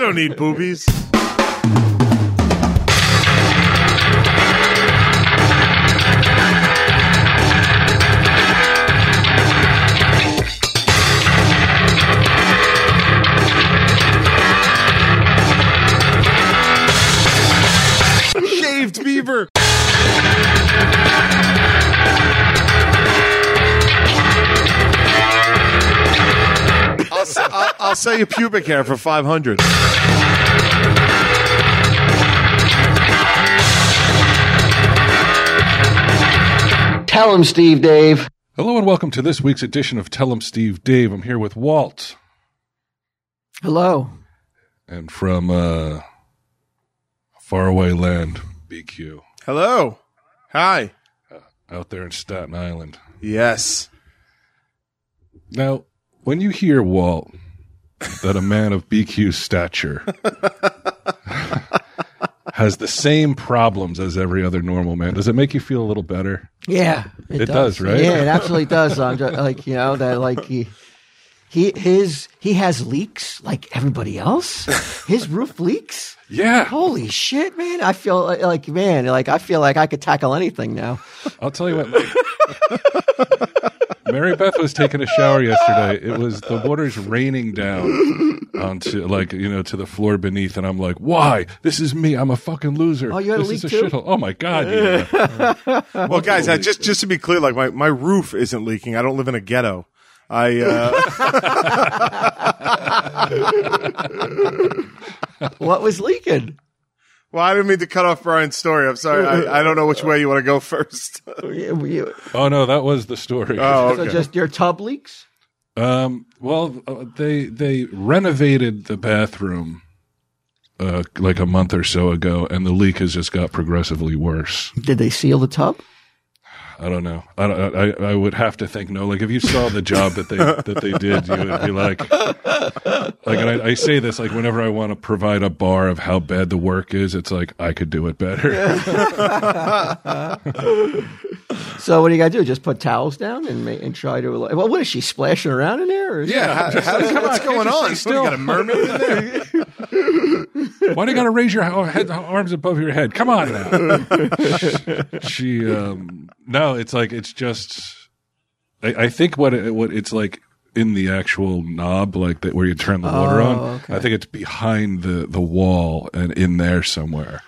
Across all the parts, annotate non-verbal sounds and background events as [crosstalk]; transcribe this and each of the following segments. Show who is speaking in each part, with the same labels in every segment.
Speaker 1: don't need boobies. Shaved beaver. I'll, s- I'll, I'll sell you pubic hair for 500.
Speaker 2: Tell him, Steve Dave.
Speaker 3: Hello and welcome to this week's edition of Tell 'em Steve Dave. I'm here with Walt
Speaker 4: Hello.
Speaker 3: and from uh, faraway land, BQ,
Speaker 1: Hello. Hi.
Speaker 3: out there in Staten Island.
Speaker 1: Yes.
Speaker 3: Now, when you hear Walt, that a man of BQ's stature [laughs] has the same problems as every other normal man, does it make you feel a little better?
Speaker 4: Yeah,
Speaker 3: It does, right?
Speaker 4: Yeah, it absolutely does. I'm
Speaker 3: [laughs]
Speaker 4: just, like you know that like he. He his he has leaks like everybody else. His roof leaks.
Speaker 3: Yeah.
Speaker 4: Holy shit, man! I feel like, like man, like I feel like I could tackle anything now.
Speaker 3: I'll tell you what. Mary Beth was taking a shower yesterday. It was the water's raining down onto like you know to the floor beneath, and I'm like, "Why? This is me. I'm a fucking loser.
Speaker 4: Oh, you had a
Speaker 3: this
Speaker 4: leak
Speaker 3: is a
Speaker 4: too?
Speaker 3: shithole. Oh my god! yeah.
Speaker 1: Well, guys, I just just to be clear, like my, my roof isn't leaking. I don't live in a ghetto. I uh, [laughs]
Speaker 4: What was leaking?
Speaker 1: well, I didn't mean to cut off Brian's story. I'm sorry. I, I don't know which way you want to go [laughs] first.
Speaker 4: You- you-
Speaker 3: Oh no, that was the story.
Speaker 1: Oh, okay.
Speaker 4: So just your tub leaks.
Speaker 3: Um, well, uh, they they renovated the bathroom uh, like a month or so ago, and the leak has just got progressively worse.
Speaker 4: Did they seal the tub?
Speaker 3: I don't know. I, don't- I I would have to think no. Like if you saw the job that they that they did, you would be like, like. And I, I say this like whenever I want to provide a bar of how bad the work is, it's like I could do it better.
Speaker 4: So what do you got to do? Just put towels down and ma- and try to. like- Well, what is she splashing around in there? Or is-
Speaker 3: yeah,
Speaker 1: How-
Speaker 3: [laughs]
Speaker 1: how- what's going on? What, you
Speaker 3: Still,
Speaker 1: got a mermaid in there?
Speaker 3: why do you got to raise your ho- head, arms above your head? Come on now.
Speaker 4: [laughs]
Speaker 3: she um no, it's like it's just. I, I think what it, what it's like in the actual knob, like that where you turn the water
Speaker 4: Oh,
Speaker 3: on. I think it's behind the the wall and in there somewhere.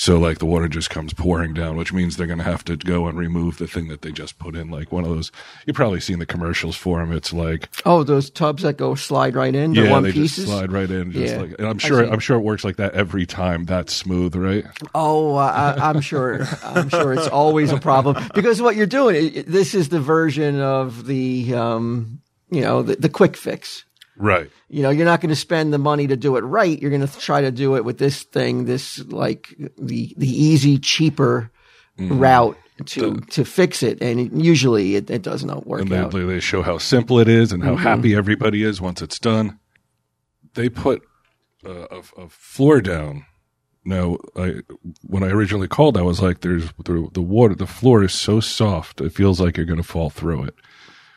Speaker 3: So like the water just comes pouring down, which means they're going to have to go and remove the thing that they just put in, like one of those. You've probably seen the commercials for them. It's like
Speaker 4: Oh, those tubs that go slide right in. The one
Speaker 3: they
Speaker 4: pieces.
Speaker 3: just slide right in. Just
Speaker 4: Yeah.
Speaker 3: like, and
Speaker 4: I
Speaker 3: I'm sure,
Speaker 4: see.
Speaker 3: I'm sure it works like that every time. That's smooth, right?
Speaker 4: Oh, I, I- I'm sure. I'm sure it's always a problem because what you're doing. it- it- This is the version of the, um, you know, the, the quick fix.
Speaker 3: Right.
Speaker 4: You know, you're not going to spend the money to do it right. You're going to try to do it with this thing, this like the the easy, cheaper
Speaker 3: Mm.
Speaker 4: route to to fix it. And usually, it, it does not work
Speaker 3: And
Speaker 4: out.
Speaker 3: they, they show how simple it is and how happy everybody is once it's done. They put uh, a, a floor down. Now, I when I originally called, I was like, "There's the, the water. The floor is so soft; it feels like you're going to fall through it."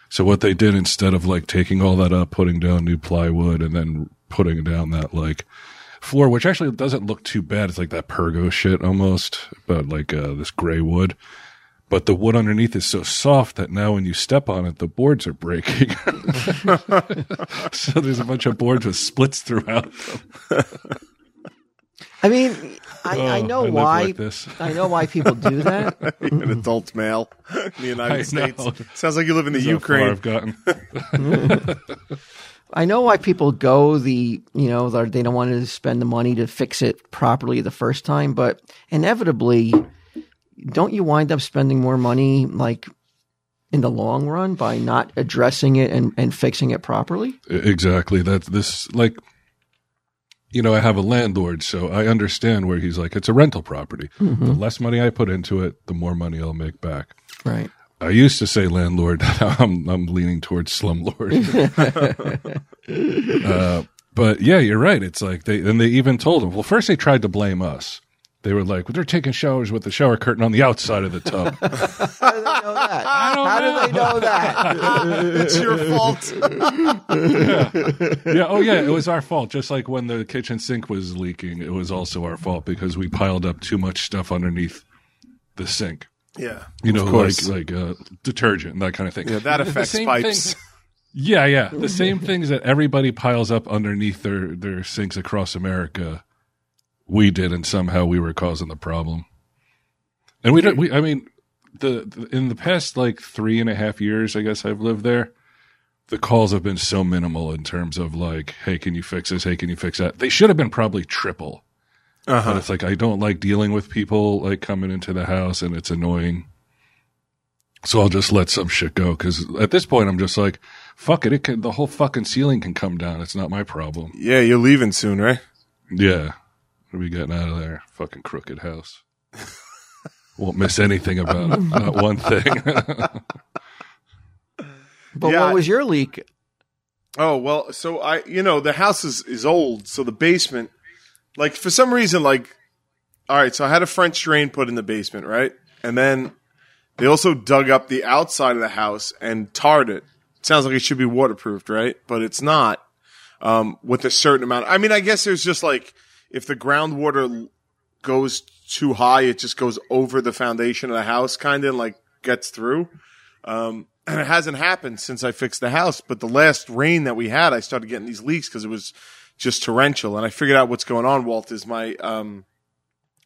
Speaker 3: So what they did instead of like taking all that up, putting down new plywood, and then putting down that like floor, which actually doesn't look too bad. It's like that pergo shit almost, but like uh, this gray wood. But the wood underneath is so soft that now when you step on it, the boards are breaking. [laughs] so there's a bunch of boards with splits throughout. them.
Speaker 4: I mean, I, I
Speaker 3: Oh,
Speaker 4: know
Speaker 3: live
Speaker 4: why.
Speaker 3: like this.
Speaker 4: I know why people do
Speaker 3: [laughs]
Speaker 4: that.
Speaker 1: [laughs] An adult male in the United
Speaker 3: I
Speaker 1: States.
Speaker 3: know.
Speaker 1: Sounds like you live in the
Speaker 3: How far
Speaker 1: Ukraine.
Speaker 3: I've gotten. E-,
Speaker 4: I know why people go the you know they're- they don't want to spend the money to fix it properly the first time, but inevitably, don't you wind up spending more money like in the long run by not addressing it and, and fixing it properly?
Speaker 3: Exactly. That's this like you know, I have a landlord, so I understand where he's like, it's a rental property.
Speaker 4: Mm-hmm.
Speaker 3: The less money I put into it, the more money I'll make back.
Speaker 4: Right.
Speaker 3: I used to say landlord. [laughs] Now I'm I'm leaning towards
Speaker 4: [laughs]
Speaker 3: slumlord. uh, but yeah, you're right. It's like they and they even told him. Well, first they tried to blame us. They were like, well, they're taking showers with the shower curtain on the outside of the tub.
Speaker 4: [laughs] How do they know that?
Speaker 3: don't
Speaker 4: How do they know that?
Speaker 1: [laughs] it's your fault. [laughs]
Speaker 3: yeah, oh yeah, it was our fault. Just like when the kitchen sink was leaking, it was also our fault because we piled up too much stuff underneath the sink.
Speaker 1: yeah.
Speaker 3: You know,
Speaker 1: course.
Speaker 3: like like uh, detergent and that kind of thing.
Speaker 1: Yeah,
Speaker 3: [laughs]
Speaker 1: that affects
Speaker 3: same
Speaker 1: pipes. [laughs]
Speaker 3: thing- Yeah, yeah. The same things that everybody piles up underneath their, their sinks across America, we did, and somehow we were causing the problem. And we don't. We, I mean, the, the in the past like three and a half years, I guess I've lived there. The calls have been so minimal in terms of like, hey, can you fix this? Hey, can you fix that? They should have been probably triple. But
Speaker 1: Uh-huh.
Speaker 3: it's like I don't like dealing with people like coming into the house, and it's annoying. So I'll just let some shit go because at this point I'm just like, fuck it. It can the whole fucking ceiling can come down. It's not my problem.
Speaker 1: Yeah, you're leaving soon, right?
Speaker 3: Yeah, what are we getting out of there? Fucking crooked house. [laughs] Won't miss anything about it. Not one thing. [laughs]
Speaker 4: But
Speaker 1: Yeah.
Speaker 4: what was your leak?
Speaker 1: Oh well, so I you know the house is is old, so the basement, like for some reason, like all right, so I had a French drain put in the basement, right, and then they also dug up the outside of the house and tarred it. Sounds like it should be waterproofed, right? But it's not. Um, with a certain amount, I mean, I guess there's just like if the groundwater l- goes too high, it just goes over the foundation of the house, kind of like gets through. Um, [clears throat] and it hasn't happened since I fixed the house. But the last rain that we had, I started getting these leaks because it was just torrential. And I figured out what's going on, Walt, is my um,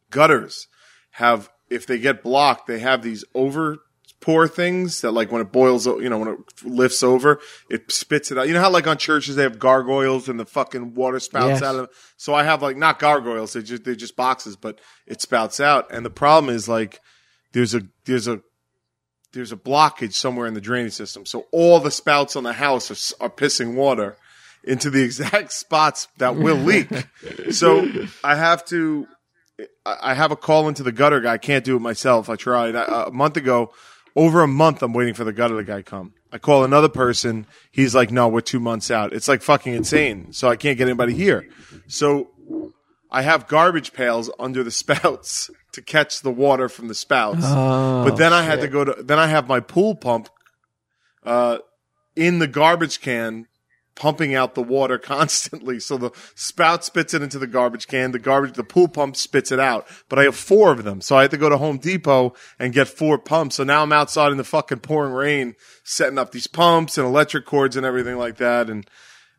Speaker 1: gutters have, if they get blocked, they have these over pour things that, like, when it boils, o- you know, when it lifts over, it spits it out. You know how, like, on churches, they have gargoyles and the fucking water spouts
Speaker 4: Yes.
Speaker 1: out of them? So I have, like, not gargoyles, they just, they're just boxes, but it spouts out. And the problem is, like, there's a, there's a, there's a blockage somewhere in the drainage system. So all the spouts on the house are, s- are pissing water into the exact [laughs] spots that will leak. so I have to, I I have a call into the gutter guy. I can't do it myself. I tried I, a month ago, over a month. I'm waiting for the gutter guy to come. I call another person. He's like, no, we're two months out. It's like fucking insane. So I can't get anybody here. So I have garbage pails under the [laughs] spouts to catch the water from the spouts.
Speaker 4: Oh,
Speaker 1: but then I had to go to then I have my pool pump uh, in the garbage can pumping out the water [laughs] constantly. So the spout spits it into the garbage can, the garbage the pool pump spits it out. But I have four of them. So I had to go to Home Depot and get four pumps. So now I'm outside in the fucking pouring rain setting up these pumps and electric cords and everything like that and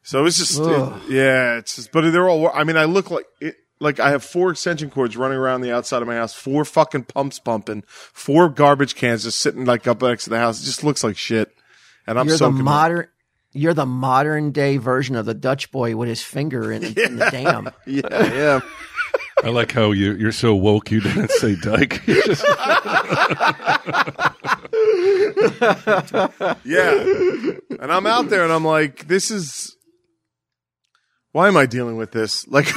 Speaker 1: so it's just, it-
Speaker 4: Ugh.
Speaker 1: yeah, it's just, but they're all, I mean, I look like it, like I have four extension cords running around the outside of my house, four fucking pumps pumping, four garbage cans just sitting like up next to the house. It just looks like shit. And I'm
Speaker 4: you're the
Speaker 1: soaking. it.
Speaker 4: modern. You're the modern day version of the Dutch boy with his finger in, in
Speaker 1: [laughs]
Speaker 4: the dam.
Speaker 1: yeah, yeah.
Speaker 3: I like how you you're so woke. You didn't say dyke. [laughs] You just-
Speaker 1: Yeah. And I'm out there and I'm like, this is, why am I dealing with this? Like, [laughs]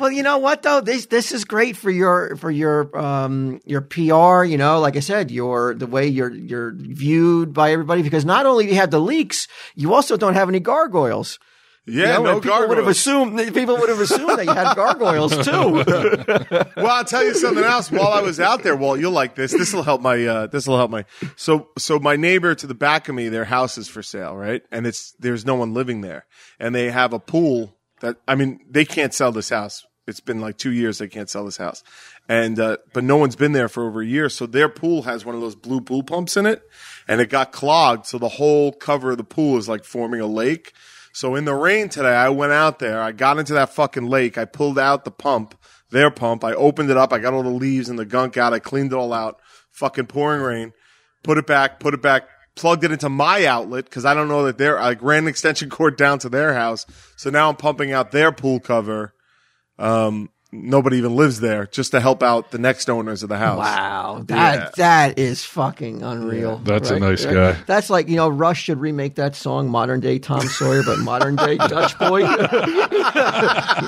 Speaker 4: Well, you know what though this this is great for your for your um your PR. You know, like I said, your the way you're you're viewed by everybody because not only do you have the leaks, you also don't have any gargoyles. You
Speaker 1: yeah,
Speaker 4: know,
Speaker 1: no
Speaker 4: and people would have
Speaker 1: gargoyles.
Speaker 4: assumed people would have assumed that you had gargoyles
Speaker 3: [laughs]
Speaker 4: too.
Speaker 1: well, I'll tell you something else. While I was out there, Walt, you'll like this. This will help my. Uh, this will help my. So, so my neighbor to the back of me, their house is for sale, right? And it's there's no one living there, and they have a pool that I mean they can't sell this house. It's been like two years they can't sell this house, and uh, but no one's been there for over a year. So their pool has one of those blue pool pumps in it, and it got clogged. So the whole cover of the pool is like forming a lake. So in the rain today, I went out there. I got into that fucking lake. I pulled out the pump, their pump. I opened it up. I got all the leaves and the gunk out. I cleaned it all out. Fucking pouring rain. Put it back. Put it back. Plugged it into my outlet because I don't know that they're. I ran an extension cord down to their house. So now I'm pumping out their pool cover. Um, nobody even lives there just to help out the next owners of the house.
Speaker 4: Wow, that
Speaker 1: Yeah.
Speaker 4: that is fucking unreal.
Speaker 3: That's a
Speaker 4: right
Speaker 3: nice
Speaker 4: there.
Speaker 3: guy.
Speaker 4: That's like you know, Rush should remake that song, modern day Tom Sawyer, but modern day Dutch
Speaker 3: [laughs]
Speaker 4: boy.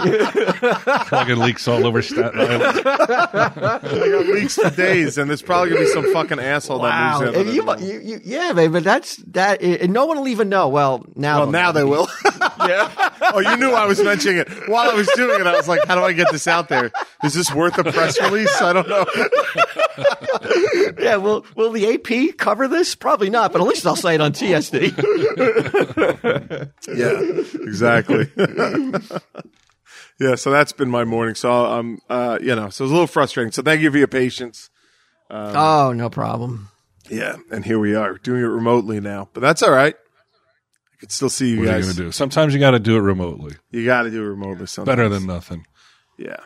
Speaker 3: Fucking leaks all over Staten Island.
Speaker 1: I got leaks for days, and there's probably gonna be some fucking asshole
Speaker 4: wow,
Speaker 1: that moves in.
Speaker 4: And you,
Speaker 1: with it.
Speaker 4: you, you, yeah, babe, but that's that, and no one will even know. Well, now,
Speaker 1: well, now they [laughs] will. oh, you knew I was mentioning it while I was doing it. I was like, "How do I get this out there? Is this worth a press release? I don't know."
Speaker 4: yeah, will will the AP cover this? Probably not, but at least they'll say it on TSD.
Speaker 1: [laughs] Yeah, [laughs] exactly. [laughs] yeah, so that's been my morning. So um, uh, you know, so it was a little frustrating. So thank you for your patience.
Speaker 4: oh, no problem.
Speaker 1: Yeah, and here we are doing it remotely now, but that's all right. I could still see you
Speaker 3: What are you
Speaker 1: guys.
Speaker 3: gonna do? Sometimes you got to do it remotely.
Speaker 1: You got to do it remotely. Something
Speaker 3: Better than nothing.
Speaker 1: yeah.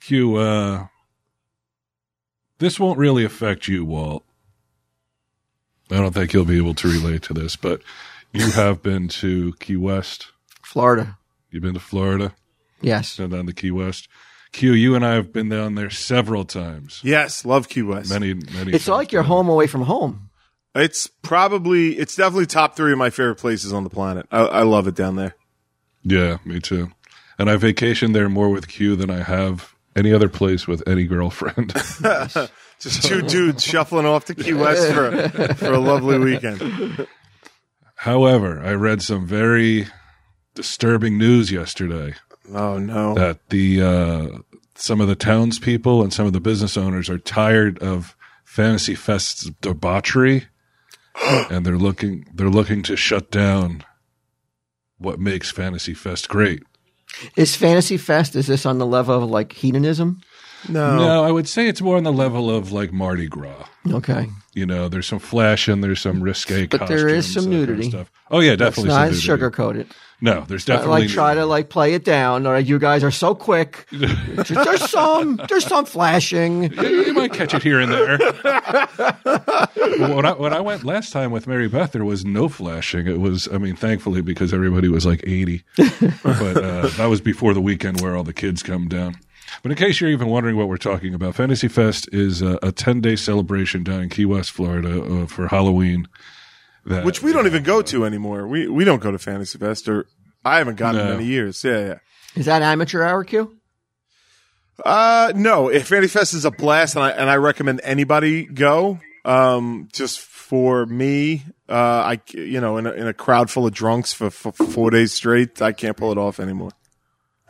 Speaker 3: Q. Uh, this won't really affect you, Walt. I don't think you'll be able to relate to this, but you have been to Key West.
Speaker 4: Florida,
Speaker 3: You've been to Florida,
Speaker 4: yes.
Speaker 3: been down to Key West. Q, you and I have been down there several times.
Speaker 1: Yes, love Key West.
Speaker 3: Many, many.
Speaker 4: It's
Speaker 3: times.
Speaker 4: like you're home away from home.
Speaker 1: It's probably it's definitely top three of my favorite places on the planet. I, I love it down there.
Speaker 3: Yeah, me too. And I vacationed there more with Q than I have any other place with any girlfriend. [laughs]
Speaker 1: Just [laughs] two dudes shuffling off to Key West for for a lovely weekend.
Speaker 3: However, I read some very disturbing news yesterday
Speaker 1: Oh no!
Speaker 3: that the uh, some of the townspeople and some of the business owners are tired of Fantasy Fest's
Speaker 4: [gasps]
Speaker 3: debauchery, and they're looking they're looking to shut down what makes Fantasy Fest great.
Speaker 4: Is Fantasy Fest? Is this on the level of like hedonism? Oh.
Speaker 1: No.
Speaker 3: No, I would say it's more on the level of like Mardi Gras.
Speaker 4: Okay,
Speaker 3: You know, there's some flash and there's some risque,
Speaker 4: But there is
Speaker 3: costumes,
Speaker 4: some
Speaker 3: that kind of
Speaker 4: nudity.
Speaker 3: stuff. Oh yeah,
Speaker 4: it's
Speaker 3: definitely.
Speaker 4: not
Speaker 3: some nudity.
Speaker 4: sugarcoated.
Speaker 3: No, there's
Speaker 4: I,
Speaker 3: definitely.
Speaker 4: like try to like play it down. All right, you guys are so quick. there's some there's some flashing.
Speaker 3: you, you might catch it here and there. Well, when, I, when I went last time with Mary Beth, there was no flashing. It was, I mean, thankfully because everybody was like eighty, but uh, that was before the weekend where all the kids come down. But in case you're even wondering what we're talking about, Fantasy Fest is a, a 10 day celebration down in Key West, Florida, uh, for Halloween. That,
Speaker 1: Which we don't even go to anymore. We we don't go to Fantasy Fest or I haven't gone in
Speaker 3: No.
Speaker 1: many years. Yeah, yeah.
Speaker 4: Is that amateur hour Q?
Speaker 1: Uh no, if Fantasy Fest is a blast and I and I recommend anybody go. Um just for me, uh I c- you know, in a, in a crowd full of drunks for, for 4 days straight, I can't pull it off anymore.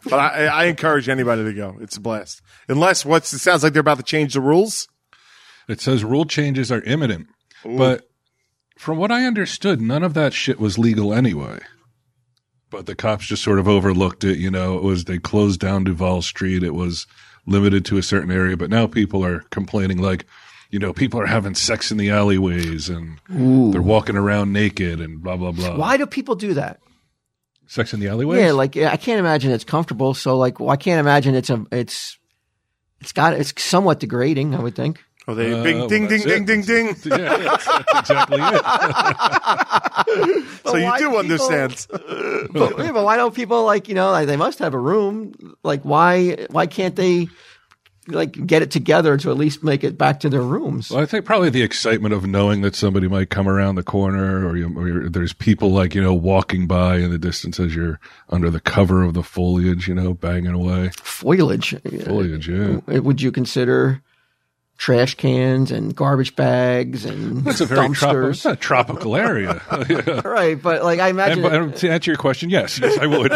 Speaker 1: But I, I encourage anybody to go. It's a blast. Unless what's it sounds like they're about to change the rules.
Speaker 3: It says rule changes are imminent, but from what I understood, none of that shit was legal anyway. But the cops just sort of overlooked it. You know, it was they closed down Duval Street. It was limited to a certain area, but now people are complaining like, you know, people are having sex in the alleyways and they're walking around naked and blah blah blah.
Speaker 4: Why do people do that?
Speaker 3: Sex in the alleyways?
Speaker 4: Yeah, like yeah, I can't imagine it's comfortable. So like, well, I can't imagine it's a it's it's got it's somewhat degrading. I would think.
Speaker 1: Oh, they
Speaker 3: Uh,
Speaker 1: bing,
Speaker 3: well,
Speaker 1: ding, ding,
Speaker 3: that's
Speaker 1: ding,
Speaker 3: it.
Speaker 1: ding, ding.
Speaker 3: [laughs] yeah, that's, that's exactly it.
Speaker 1: So you
Speaker 4: why
Speaker 1: do
Speaker 4: people-
Speaker 1: understand.
Speaker 4: But, [laughs] yeah, but why don't people like you know like, they must have a room? Like why why can't they like get it together to at least make it back to their rooms?
Speaker 3: Well, I think probably the excitement of knowing that somebody might come around the corner, or, you, or you're, there's people like you know walking by in the distance as you're under the cover of the foliage, you know, banging away
Speaker 4: Foliage.
Speaker 3: foliage. Yeah,
Speaker 4: Uh, Would you consider trash cans and garbage bags and
Speaker 3: that's a very tropical.
Speaker 4: [laughs] dumpsters?
Speaker 3: It's a tropical area. [laughs] Yeah.
Speaker 4: right, but like I
Speaker 3: And,
Speaker 4: imagine it-
Speaker 3: but um, to answer your question, yes, yes, I would.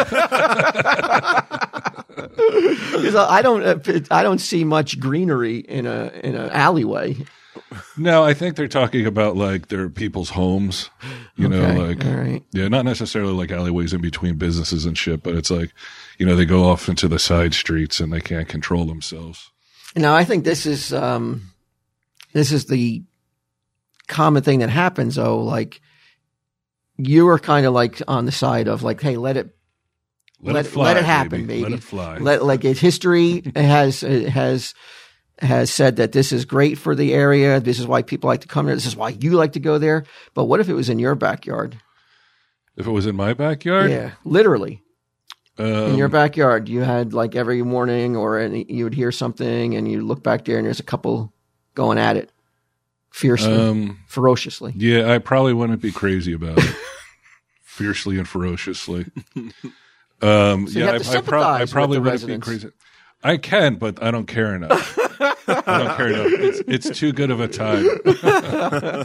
Speaker 4: 'cause I don't uh, I don't see much greenery in a in an alleyway.
Speaker 3: no, I think they're talking about like their people's homes, you
Speaker 4: Okay,
Speaker 3: know, like
Speaker 4: all right.
Speaker 3: yeah, not necessarily like alleyways in between businesses and shit, but it's like you know they go off into the side streets and they can't control themselves.
Speaker 4: Now I think this is um, this is the common thing that happens though. Like you are kind of like on the side of like, hey, let it
Speaker 3: Let,
Speaker 4: Let-
Speaker 3: it fly.
Speaker 4: let it happen,
Speaker 3: baby. Let
Speaker 4: baby.
Speaker 3: it fly.
Speaker 4: let like it's history has it has has said that this is great for the area. This is why people like to come there. This is why you like to go there. But what if it was in your backyard?
Speaker 3: if it was in my backyard,
Speaker 4: Yeah, literally.
Speaker 3: Um,
Speaker 4: in your backyard you had like every morning or any, you would hear something and you look back there and there's a couple going at it fiercely
Speaker 3: um,
Speaker 4: ferociously
Speaker 3: Yeah, I probably wouldn't be crazy about
Speaker 4: [laughs]
Speaker 3: it, fiercely and ferociously. Um,
Speaker 4: So you
Speaker 3: yeah,
Speaker 4: have to
Speaker 3: I, I, prob- I
Speaker 4: sympathize with
Speaker 3: probably
Speaker 4: the
Speaker 3: wouldn't
Speaker 4: residents.
Speaker 3: be crazy. I can, but I don't care enough. I don't care enough.
Speaker 4: [laughs]
Speaker 3: It's, it's too good of a time.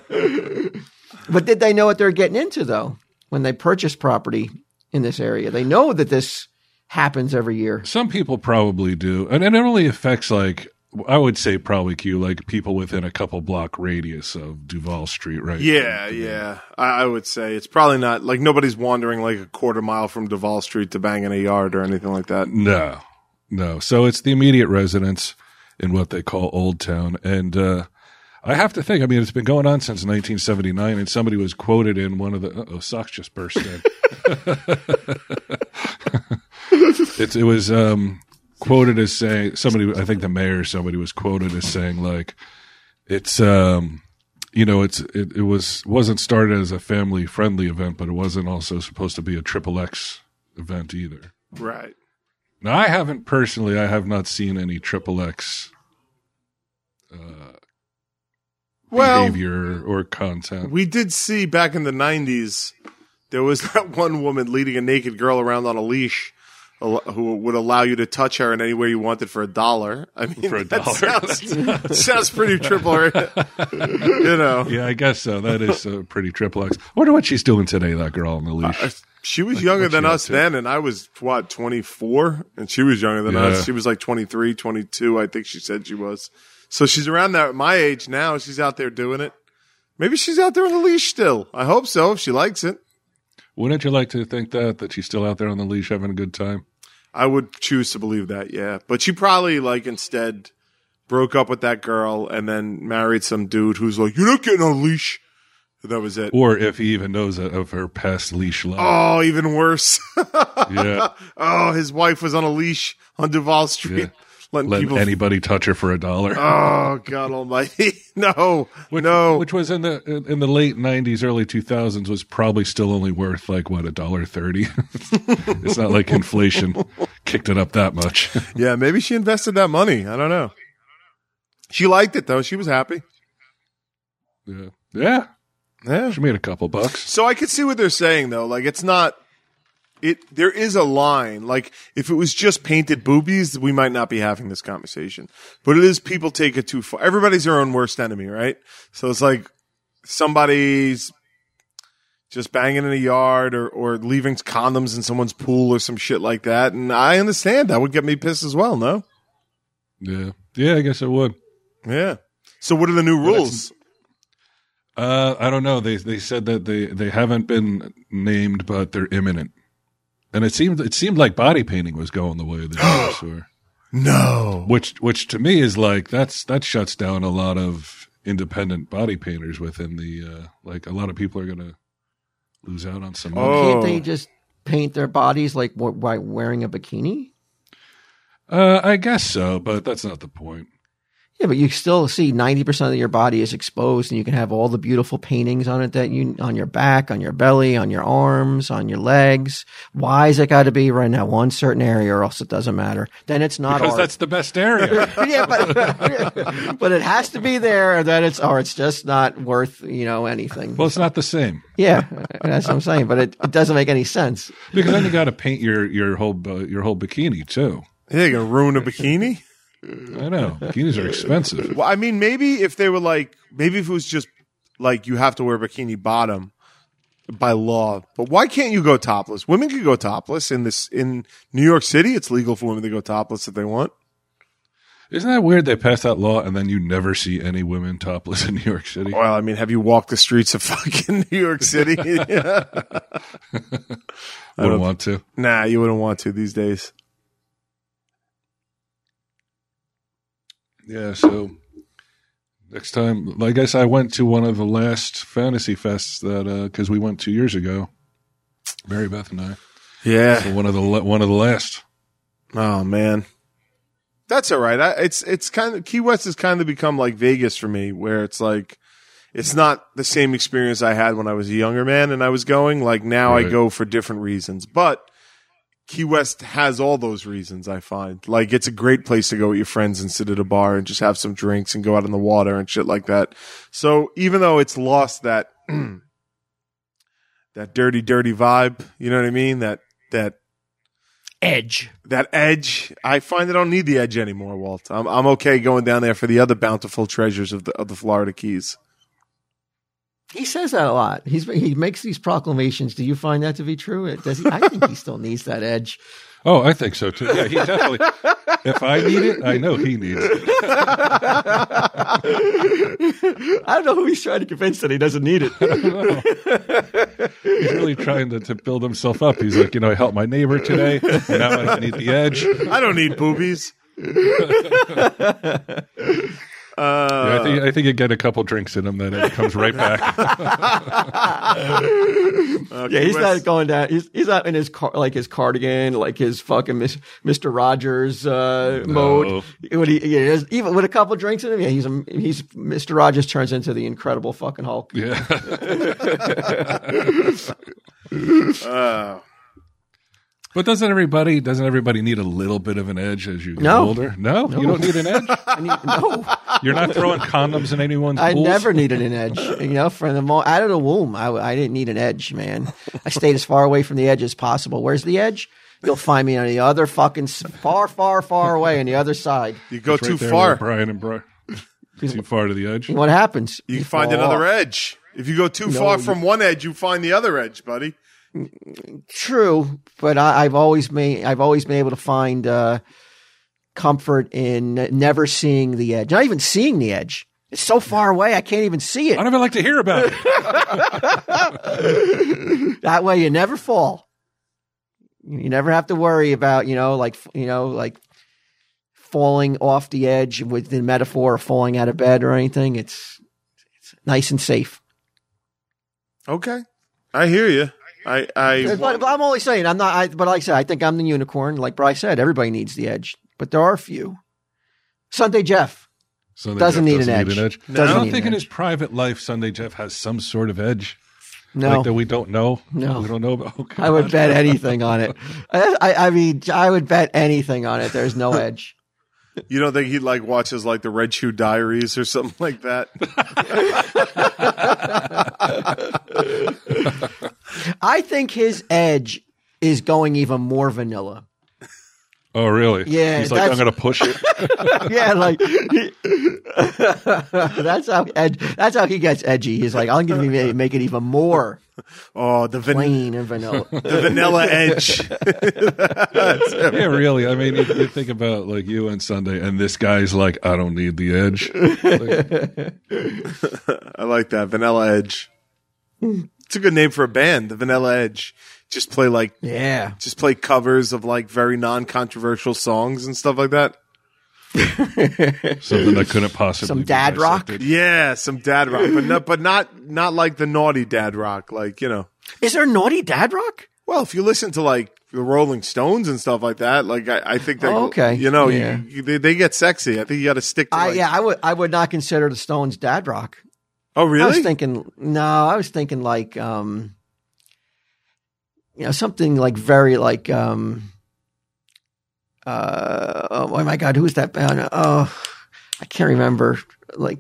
Speaker 4: but did they know what they're getting into though when they purchase property in this area they know that this happens every year
Speaker 3: Some people probably do, and, and it only affects like I would say probably Q like people within a couple block radius of Duval Street, right?
Speaker 1: Yeah, yeah. I, I would say it's probably not like nobody's wandering like a quarter mile from Duval Street to bang in a yard or anything like that.
Speaker 3: No, no. So it's the immediate residents in what they call Old Town. And uh, I have to think, I mean, it's been going on since 1979, and somebody was quoted in one of the. Oh, socks just burst in. [laughs] it's, it was um, quoted as saying, somebody, I think the mayor, or somebody was quoted as saying, like, it's. Um, you know, it's it, it was wasn't started as a family friendly event, but it wasn't also supposed to be a triple X event either.
Speaker 1: Right.
Speaker 3: Now, I haven't personally. I have not seen any triple X
Speaker 1: Well,
Speaker 3: behavior or content.
Speaker 1: we did see back in the 90s there was [laughs] that one woman leading a naked girl around on a leash al- who would allow you to touch her in any way you wanted for a dollar. I mean,
Speaker 3: For a
Speaker 1: that
Speaker 3: dollar. [laughs]
Speaker 1: Sounds, sounds pretty triple, [laughs] right? you know.
Speaker 3: yeah, I guess so. That is uh, pretty triple X. I wonder what she's doing today. That girl on the leash.
Speaker 1: uh, She was younger
Speaker 3: what
Speaker 1: than
Speaker 3: she up
Speaker 1: us
Speaker 3: to?
Speaker 1: then, and I was, what, 24? And she was younger than
Speaker 3: Yeah.
Speaker 1: us. She was like 23, 22, I think she said she was. So she's around that my age now. She's out there doing it. Maybe she's out there on the leash still. I hope so, if she likes it.
Speaker 3: Wouldn't you like to think that that she's still out there on the leash having a good time?
Speaker 1: I would choose to believe that, yeah. But she probably like instead broke up with that girl and then married some dude who's like, You're not getting on a leash. And that was it.
Speaker 3: Or if he even knows of her past leash life.
Speaker 1: Oh, even worse. [laughs]
Speaker 3: yeah,
Speaker 1: oh, his wife was on a leash on Duval Street.
Speaker 3: Yeah.
Speaker 1: Letting
Speaker 3: let
Speaker 1: people
Speaker 3: anybody touch her for a dollar.
Speaker 1: Oh God Almighty! [laughs] No, no.
Speaker 3: Which was in the in the late '90s, early 2000s, was probably still only worth like what a dollar thirty. [laughs] it's not like inflation kicked it up that much. [laughs]
Speaker 1: yeah, maybe she invested that money. I don't know. She liked it though. She was happy.
Speaker 3: Yeah. Yeah.
Speaker 1: Yeah.
Speaker 3: She made a couple bucks.
Speaker 1: So I could see what they're saying though. Like it's not. It there is a line. Like if it was just painted boobies, we might not be having this conversation. But it is people take it too far. Everybody's their own worst enemy, right? So it's like somebody's just banging in a yard or, or leaving condoms in someone's pool or some shit like that. And I understand that would get me pissed as well. No.
Speaker 3: Yeah. Yeah, I guess it would.
Speaker 1: Yeah. So what are the new rules?
Speaker 3: Uh, I don't know. They they said that they, they haven't been named, but they're imminent. And it seemed it seemed like body painting was going the way of the dinosaur,
Speaker 1: No.
Speaker 3: which which to me is like that's that shuts down a lot of independent body painters within the uh, like a lot of people are gonna lose out on some. money.
Speaker 1: Oh.
Speaker 4: can't they just paint their bodies like wh- by wearing a bikini
Speaker 3: Uh, I guess so, but that's not the point.
Speaker 4: Yeah, but you still see ninety percent of your body is exposed, and you can have all the beautiful paintings on it that you on your back, on your belly, on your arms, on your legs. Why is it got to be right now one certain area, or else it doesn't matter? Then it's not
Speaker 3: Because
Speaker 4: art.
Speaker 3: that's the
Speaker 4: [laughs]
Speaker 3: best area.
Speaker 4: yeah, [laughs] but, but it has to be there, or then it's or it's just not worth you know anything.
Speaker 3: well, it's not the same.
Speaker 4: yeah, that's what I'm saying. But it, it doesn't make any sense.
Speaker 3: Because then you got to paint your your whole uh, your whole bikini too.
Speaker 1: Yeah, you're gonna ruin a bikini.
Speaker 3: I know bikinis are expensive.
Speaker 1: Well, I mean, maybe if they were like, maybe if it was just like you have to wear a bikini bottom by law, but why can't you go topless? Women can go topless in this in New York City. It's legal for women to go topless if they want.
Speaker 3: Isn't that weird? They passed that law, and then you never see any women topless in New York City.
Speaker 1: Well, I mean, have you walked the streets of [laughs] fucking New York City? [laughs]
Speaker 3: Wouldn't want to.
Speaker 1: Nah, you wouldn't want to these days.
Speaker 3: Yeah. So next time, I guess I went to one of the last fantasy fests that because we went two years ago. Mary Beth and I.
Speaker 1: Yeah.
Speaker 3: So one of the la- one of the last.
Speaker 1: Oh man, that's all right. I, it's it's kind of Key West has kind of become like Vegas for me, where it's like it's not the same experience I had when I was a younger man and I was going. Like now I
Speaker 3: Right.
Speaker 1: go for different reasons, but Key West has all those reasons, I find. Like, it's a great place to go with your friends and sit at a bar and just have some drinks and go out in the water and shit like that. So, even though it's lost that, [clears throat] that dirty, dirty vibe, you know what I mean? That, that,
Speaker 5: Edge.
Speaker 1: that edge, I find I don't need the edge anymore, Walt. I'm, I'm okay going down there for the other bountiful treasures of the, of the Florida Keys.
Speaker 4: He says that a lot. He's he makes these proclamations. Do you find that to be true? Does he, I think he still needs that edge.
Speaker 3: Oh, I think so too. Yeah, he definitely. if I need it, I know he needs it.
Speaker 4: I don't know who he's trying to convince that he doesn't need it.
Speaker 3: He's really trying to, to build himself up. He's like, you know, I helped my neighbor today. and Now I don't need the edge. Yeah,
Speaker 1: I don't need
Speaker 4: [laughs]
Speaker 1: boobies.
Speaker 3: I think I think you get a couple drinks in him, then it comes right back.
Speaker 1: Uh,
Speaker 4: Yeah,
Speaker 1: Key
Speaker 4: he's
Speaker 1: West-
Speaker 4: not going down. He's, he's not in his car, like his cardigan, like his fucking Mis- Mr. Rogers uh, mode. When he, yeah, there's- even with a couple drinks in him, yeah, he's a, he's Mr. Rogers turns into the Incredible fucking Hulk.
Speaker 3: Yeah,
Speaker 1: Uh,
Speaker 3: but doesn't everybody doesn't everybody need a little bit of an edge as you get
Speaker 4: No.
Speaker 3: older? No, you don't need an edge.
Speaker 4: I need, no,
Speaker 3: You're not throwing condoms in anyone's.
Speaker 4: [laughs] I
Speaker 3: pools?
Speaker 4: never needed an edge. You know, from the mo- out of the womb, I, I didn't need an edge, man. I stayed as far away from the edge as possible. Where's the edge? You'll find me on the other fucking s- far, far, far away on the other side.
Speaker 1: you go
Speaker 3: It's
Speaker 1: too
Speaker 3: right there with
Speaker 1: far.
Speaker 3: Brian and Brian. Too far to the edge.
Speaker 4: What happens?
Speaker 1: You find
Speaker 4: fall
Speaker 1: another
Speaker 4: off.
Speaker 1: edge. If you go too far from one edge, you find the other edge, buddy.
Speaker 4: True, but I, I've always made I've always been able to find uh, comfort in never seeing the edge. Not even seeing the edge. It's so far away, I can't even see
Speaker 3: I
Speaker 4: it.
Speaker 3: don't even like to hear about it.
Speaker 4: That way, you never fall. You never have to worry about you know like you know like falling off the edge with the metaphor of falling out of bed or anything. It's it's nice and safe.
Speaker 1: Okay, I hear you. I I
Speaker 4: But, but I'm only saying I'm not. I, but like I said, I think I'm the unicorn. Like Bryce said, everybody needs the edge, but there are a few. Sunday Jeff.
Speaker 3: So
Speaker 4: Doesn't need an edge. Doesn't
Speaker 3: I
Speaker 4: need
Speaker 3: don't
Speaker 4: an
Speaker 3: think in
Speaker 4: edge.
Speaker 3: his private life, Sunday Jeff has some sort of edge
Speaker 4: No,
Speaker 3: like that we don't know.
Speaker 4: No.
Speaker 3: we don't know about. Okay.
Speaker 4: I would bet anything on it. I, I, I mean, I would bet anything on it. There's no edge.
Speaker 1: you don't think he like watches like the Red Shoe Diaries or something [laughs] like that?
Speaker 4: I think his edge is going even more vanilla.
Speaker 3: Oh, really?
Speaker 4: Yeah,
Speaker 3: He's like,
Speaker 4: that's-
Speaker 3: I'm going to push it.
Speaker 4: yeah, [laughs] like that's how edge, that's how he gets edgy. He's like, I'm going to make it even more
Speaker 1: Oh, the van-
Speaker 4: plain and vanilla.
Speaker 1: the vanilla edge.
Speaker 3: yeah, really. I mean, you, you think about like you and Sunday, and this guy's like, I don't need the edge.
Speaker 1: I like that vanilla
Speaker 4: [laughs]
Speaker 1: edge. It's a good name for a band, the Vanilla Edge. Just play like
Speaker 4: Yeah.
Speaker 1: just play covers of like very non-controversial songs and stuff like that.
Speaker 3: Something that couldn't possibly
Speaker 4: Some
Speaker 3: be
Speaker 4: dad rock?
Speaker 3: dissected.
Speaker 1: Yeah, some dad rock, but not but not not like the naughty dad rock, like you know.
Speaker 4: [laughs] Is there naughty dad rock?
Speaker 1: Well, if you listen to like the Rolling Stones and stuff like that, like I, I think they,
Speaker 4: Oh, okay.
Speaker 1: you know, you-
Speaker 4: Yeah.
Speaker 1: you, they, they get sexy. I think you got to stick. to
Speaker 4: I
Speaker 1: like,
Speaker 4: yeah, I would I would not consider the Stones dad rock.
Speaker 1: Oh,
Speaker 4: I was
Speaker 1: really?
Speaker 4: thinking no, I was thinking like um you know, something like very like um uh oh my god, who's that band? Oh I can't remember. Like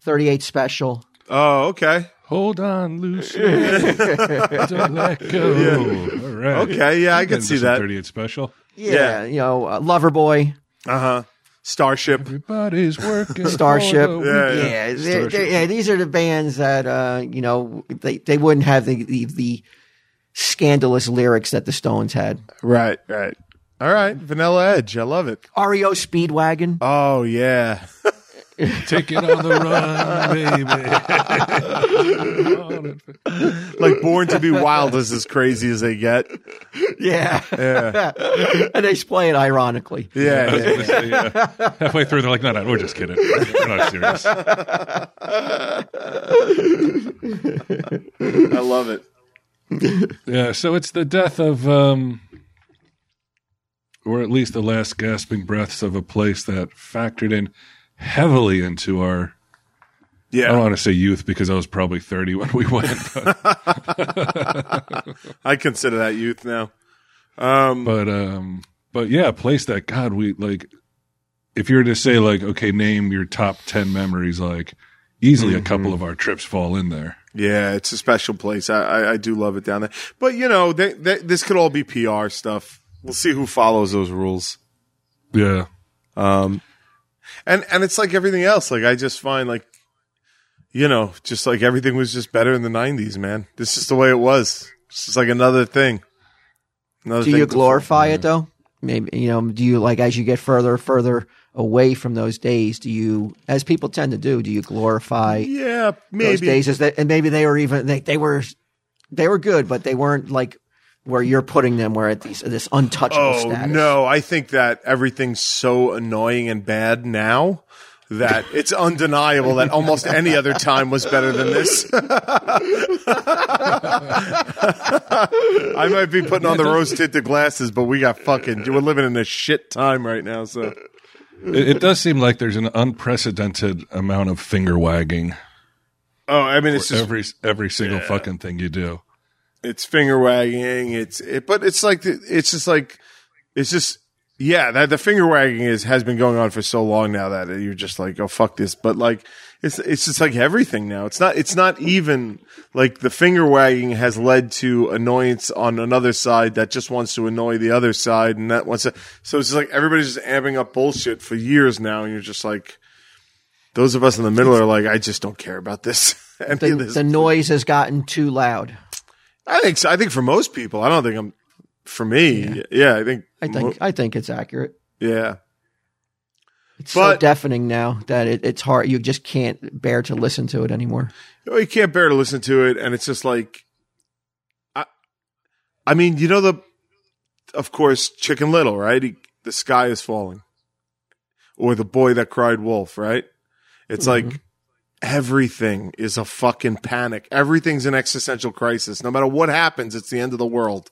Speaker 4: thirty eight special.
Speaker 1: Oh, okay, [laughs]
Speaker 3: Hold on, Lucy. don't
Speaker 1: [laughs]
Speaker 3: let go. All right.
Speaker 1: okay, yeah, I
Speaker 3: Been
Speaker 1: could see
Speaker 3: to some
Speaker 1: that.
Speaker 3: 38 special.
Speaker 4: Yeah,
Speaker 1: Yeah.
Speaker 4: you know, uh, Lover Boy.
Speaker 1: Uh huh. Starship.
Speaker 3: Everybody's working. for
Speaker 4: Starship.
Speaker 3: the
Speaker 1: Yeah,
Speaker 3: weekend.
Speaker 4: Yeah, they're- they're- yeah, these are the bands that uh, you know they, they wouldn't have the, the the scandalous lyrics that the Stones had.
Speaker 1: Right, right. All right, Vanilla Edge. I love it.
Speaker 4: REO E Speedwagon.
Speaker 1: Oh yeah.
Speaker 3: Take it on the run,
Speaker 1: [laughs]
Speaker 3: baby. [laughs]
Speaker 1: like Born to Be Wild is as crazy as they get.
Speaker 4: Yeah. [laughs] and they play it ironically.
Speaker 1: Yeah, yeah.
Speaker 3: Yeah. Halfway through, they're like, no, no, we're just kidding. We're not serious.
Speaker 1: I love it.
Speaker 3: Yeah, so it's the death of, um, or at least the last gasping breaths of a place that factored in heavily into our. I don't
Speaker 4: Oh,
Speaker 1: Yeah,
Speaker 3: want to say youth because I was probably [laughs] 30 when we went. but
Speaker 1: I consider that youth now. Um,
Speaker 3: But um, but yeah, a place that God we like. If you were to say like, okay, name your top ten memories, like easily a couple of our trips fall in there.
Speaker 1: Yeah, it's a special place. I, I, I do love it down there. But you know, they, they, this could all be PR stuff. We'll see who follows those rules.
Speaker 3: Yeah,
Speaker 1: Um, and and it's like everything else. Like I just find like, you know, just like everything was just better in the '90s, man. This is the way it was. It's just like another thing. Another
Speaker 4: Do
Speaker 1: thing
Speaker 4: you
Speaker 1: to-
Speaker 4: glorify it though? Maybe you know. Do you like as you get further and further away from those days? Do you, as people tend to do, do you glorify
Speaker 1: Yeah,
Speaker 4: those
Speaker 1: maybe.
Speaker 4: days? Is that and maybe they were even they, they were they were good, but they weren't like where you're putting them, where at these this untouchable
Speaker 1: Oh
Speaker 4: status.
Speaker 1: no, I think that everything's so annoying and bad now that it's undeniable that almost any other time was better than this. [laughs] I might be putting on the rose tinted glasses, but we got fucking we're living in a shit time right now, so
Speaker 3: it, it does seem like there's an unprecedented amount of finger wagging
Speaker 1: Oh, I mean it's just
Speaker 3: every every single fucking thing you do.
Speaker 1: it's finger wagging. It's it, but it's like the- it's just like it's just yeah. That the finger wagging is has been going on for so long now that you're just like oh fuck this. But like it's it's just like everything now. It's not it's not even like the finger wagging has led to annoyance on another side that just wants to annoy the other side and that wants to. So it's just like everybody's just amping up bullshit for years now, and you're just like. Those of us in the middle are like, I just don't care about this. [laughs] Any
Speaker 4: the,
Speaker 1: of this
Speaker 4: the noise has gotten too loud.
Speaker 1: I think so. I think for most people, I don't think I'm. For me, yeah, I think.
Speaker 4: I
Speaker 1: mo-
Speaker 4: think I think it's accurate.
Speaker 1: yeah,
Speaker 4: It's so
Speaker 1: But-
Speaker 4: deafening now that it, it's hard. You just can't bear to listen to it anymore.
Speaker 1: Oh, you, know, you can't bear to listen to it, and it's just like, I, I mean, you know the, of course, Chicken Little, right? He, the sky is falling, or the boy that cried wolf, right? It's like everything is a fucking panic. Everything's an existential crisis. No matter what happens, it's the end of the world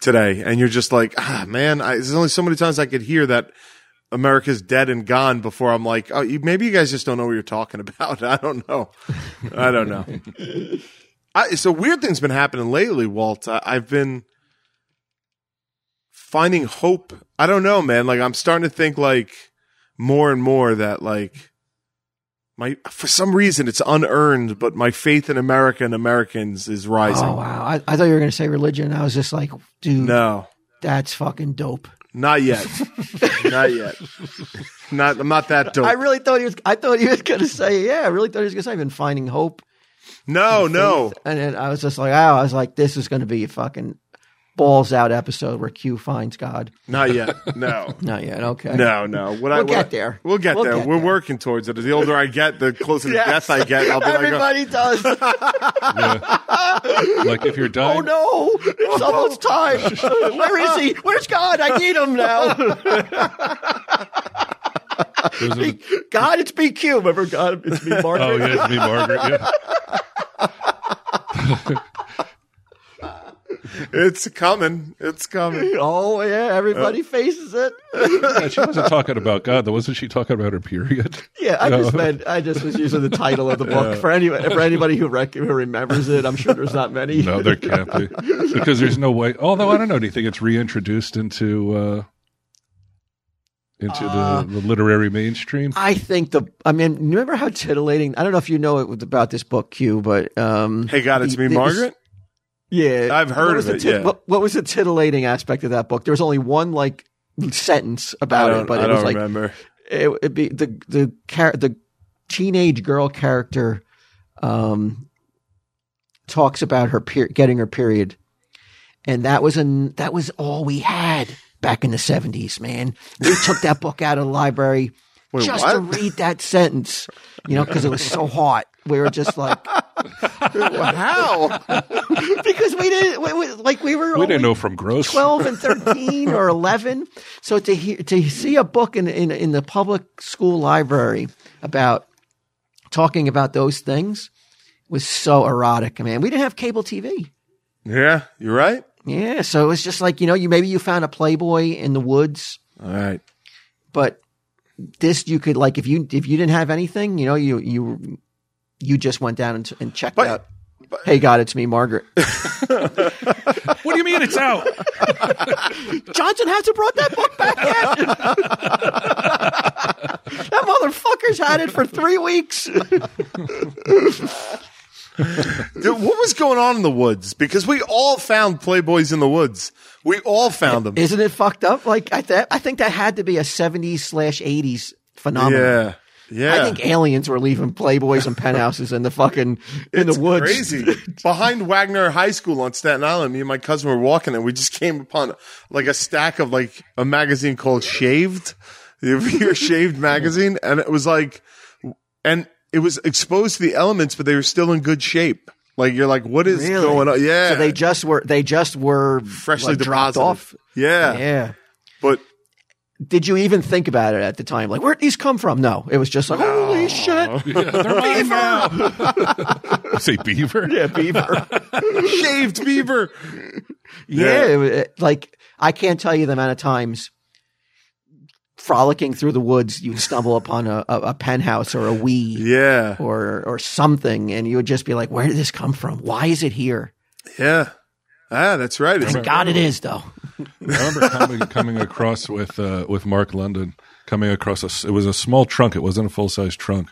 Speaker 1: today, and you're just like, ah, man. I, there's only so many times I could hear that. America's dead and gone before I'm like, oh, you, maybe you guys just don't know what you're talking [laughs] about. I don't know. I don't know. I, so weird things been happening lately, Walt. I, I've been finding hope. I don't know, man. Like I'm starting to think like more and more that like my for some reason it's unearned, but my faith in America and Americans is rising.
Speaker 4: Oh wow! I, I thought you were going to say religion. I was just like, dude,
Speaker 1: No,
Speaker 4: that's fucking dope.
Speaker 1: not
Speaker 4: [laughs]
Speaker 1: yet. not yet. Not I'm not that dope.
Speaker 4: I really thought he was. I thought he was going to say, yeah. I really thought he was going to say, I've been finding hope.
Speaker 1: no, no.
Speaker 4: And then I was just like, oh, I was like, this is going to be a fucking balls out episode where Q finds God.
Speaker 1: Not yet. No.
Speaker 4: Not yet. Okay.
Speaker 1: No, no. What I,
Speaker 4: We'll
Speaker 1: what
Speaker 4: get
Speaker 1: I-
Speaker 4: there.
Speaker 1: We'll get
Speaker 4: We'll
Speaker 1: there.
Speaker 4: get
Speaker 1: We're
Speaker 4: there.
Speaker 1: working towards it. The older I get, the closer
Speaker 4: Yes.
Speaker 1: to death I get. I'll be like, oh,
Speaker 4: Everybody does.
Speaker 1: [laughs]
Speaker 3: Like if you're dying,
Speaker 4: oh no! It's almost time. Where is he? Where's God? I need him now.
Speaker 3: those are the-
Speaker 4: God, it's BQ. Remember, God, it's me, Mark.
Speaker 3: [laughs] oh yeah, it's me, Margaret. Yeah.
Speaker 1: "Oh, it's coming. It's coming.
Speaker 4: Oh yeah,
Speaker 1: Uh,
Speaker 4: everybody faces it.
Speaker 3: Yeah, she wasn't talking about God, though. Wasn't she talking about her period?
Speaker 4: Yeah, I just meant I just was using the title of
Speaker 1: [laughs]
Speaker 4: the book for any for anybody who rec- who remembers it. I'm sure there's not many.
Speaker 3: No, there can't be because there's no way. Although I don't know, do you think it's reintroduced into uh, into
Speaker 4: Uh,
Speaker 3: the, the literary mainstream?
Speaker 4: I think the I mean, remember how titillating? I don't know if you know it was about this book, Q, but um,
Speaker 1: Hey, God, it's
Speaker 4: the-
Speaker 1: me,
Speaker 4: the-
Speaker 1: Margaret.
Speaker 4: Yeah,
Speaker 1: I've
Speaker 4: What
Speaker 1: heard
Speaker 4: was
Speaker 1: of
Speaker 4: the
Speaker 1: it.
Speaker 4: tit-
Speaker 1: Yeah.
Speaker 4: What, what was the titillating aspect of that book? There was only one like sentence
Speaker 1: I
Speaker 4: about
Speaker 1: don't,
Speaker 4: it, but
Speaker 1: I
Speaker 4: it
Speaker 1: don't
Speaker 4: was like
Speaker 1: remember.
Speaker 4: it, it'd be the the char- the teenage girl character um talks about her per- getting her period and that was an that was all we had back in the 70s man
Speaker 1: [laughs]
Speaker 4: we took that book out of the library
Speaker 1: Wait,
Speaker 4: just
Speaker 1: what?
Speaker 4: to read that sentence you know because it was so hot we were just like
Speaker 1: [laughs] How?
Speaker 4: [laughs] because we didn't we, we- like we were
Speaker 3: we didn't
Speaker 4: only-
Speaker 3: know from Gross.
Speaker 4: 12 and 13 or 11. So to hear, to see a book in, in, in the public school library about talking about those things was so erotic, man. We didn't have cable TV.
Speaker 1: yeah, you're right.
Speaker 4: Yeah. So it was just like, you know, you, maybe you found a Playboy in the woods,
Speaker 1: All right.
Speaker 4: but this you could like, if you, if you didn't have anything, you know, you, you, you just went down and, and checked
Speaker 1: But
Speaker 4: out. Hey God, it's me, Margaret.
Speaker 3: What do you mean
Speaker 4: [laughs]
Speaker 3: it's out?
Speaker 4: Johnson hasn't brought that book back yet. that motherfucker's had it for three weeks.
Speaker 1: Dude, what was going on in the woods? Because we all found Playboys in the woods. We all found them.
Speaker 4: Isn't it fucked up? Like I, th- I think that had to be a '70s slash '80s phenomenon.
Speaker 1: Yeah, yeah.
Speaker 4: I think aliens were leaving Playboys and penthouses in the fucking in
Speaker 1: It's
Speaker 4: the woods. [laughs]
Speaker 1: Crazy. Behind Wagner High School on Staten Island, me and my cousin were walking, and we just came upon like a stack of like a magazine called Shaved, [laughs] the Rear Shaved magazine, and it was like, and it was exposed to the elements, but they were still in good shape. Like you're like, what is
Speaker 4: Really?
Speaker 1: going on? Yeah,
Speaker 4: So they just were they just were
Speaker 1: freshly
Speaker 4: like, dropped
Speaker 1: deposited.
Speaker 4: off.
Speaker 1: Yeah.
Speaker 4: Yeah.
Speaker 1: but
Speaker 4: Did you even think about it at the time? Like, where'd these come from? No, it was just like, holy shit,
Speaker 3: Yeah, they're mine now. Say beaver.
Speaker 1: [laughs]
Speaker 4: yeah, beaver.
Speaker 1: shaved beaver.
Speaker 4: Yeah, it wa- it- like I can't tell you the amount of times frolicking through the woods you'd stumble upon a, a, a penthouse or a wee
Speaker 1: Yeah,
Speaker 4: or or something, and you would just be like, "Where did this come from? Why is it here?"
Speaker 1: yeah, ah, that's right. It's
Speaker 4: Thank God it is, though.
Speaker 3: I remember coming, coming across with uh, with Mark London coming across a s It was a small trunk. It wasn't a full size trunk,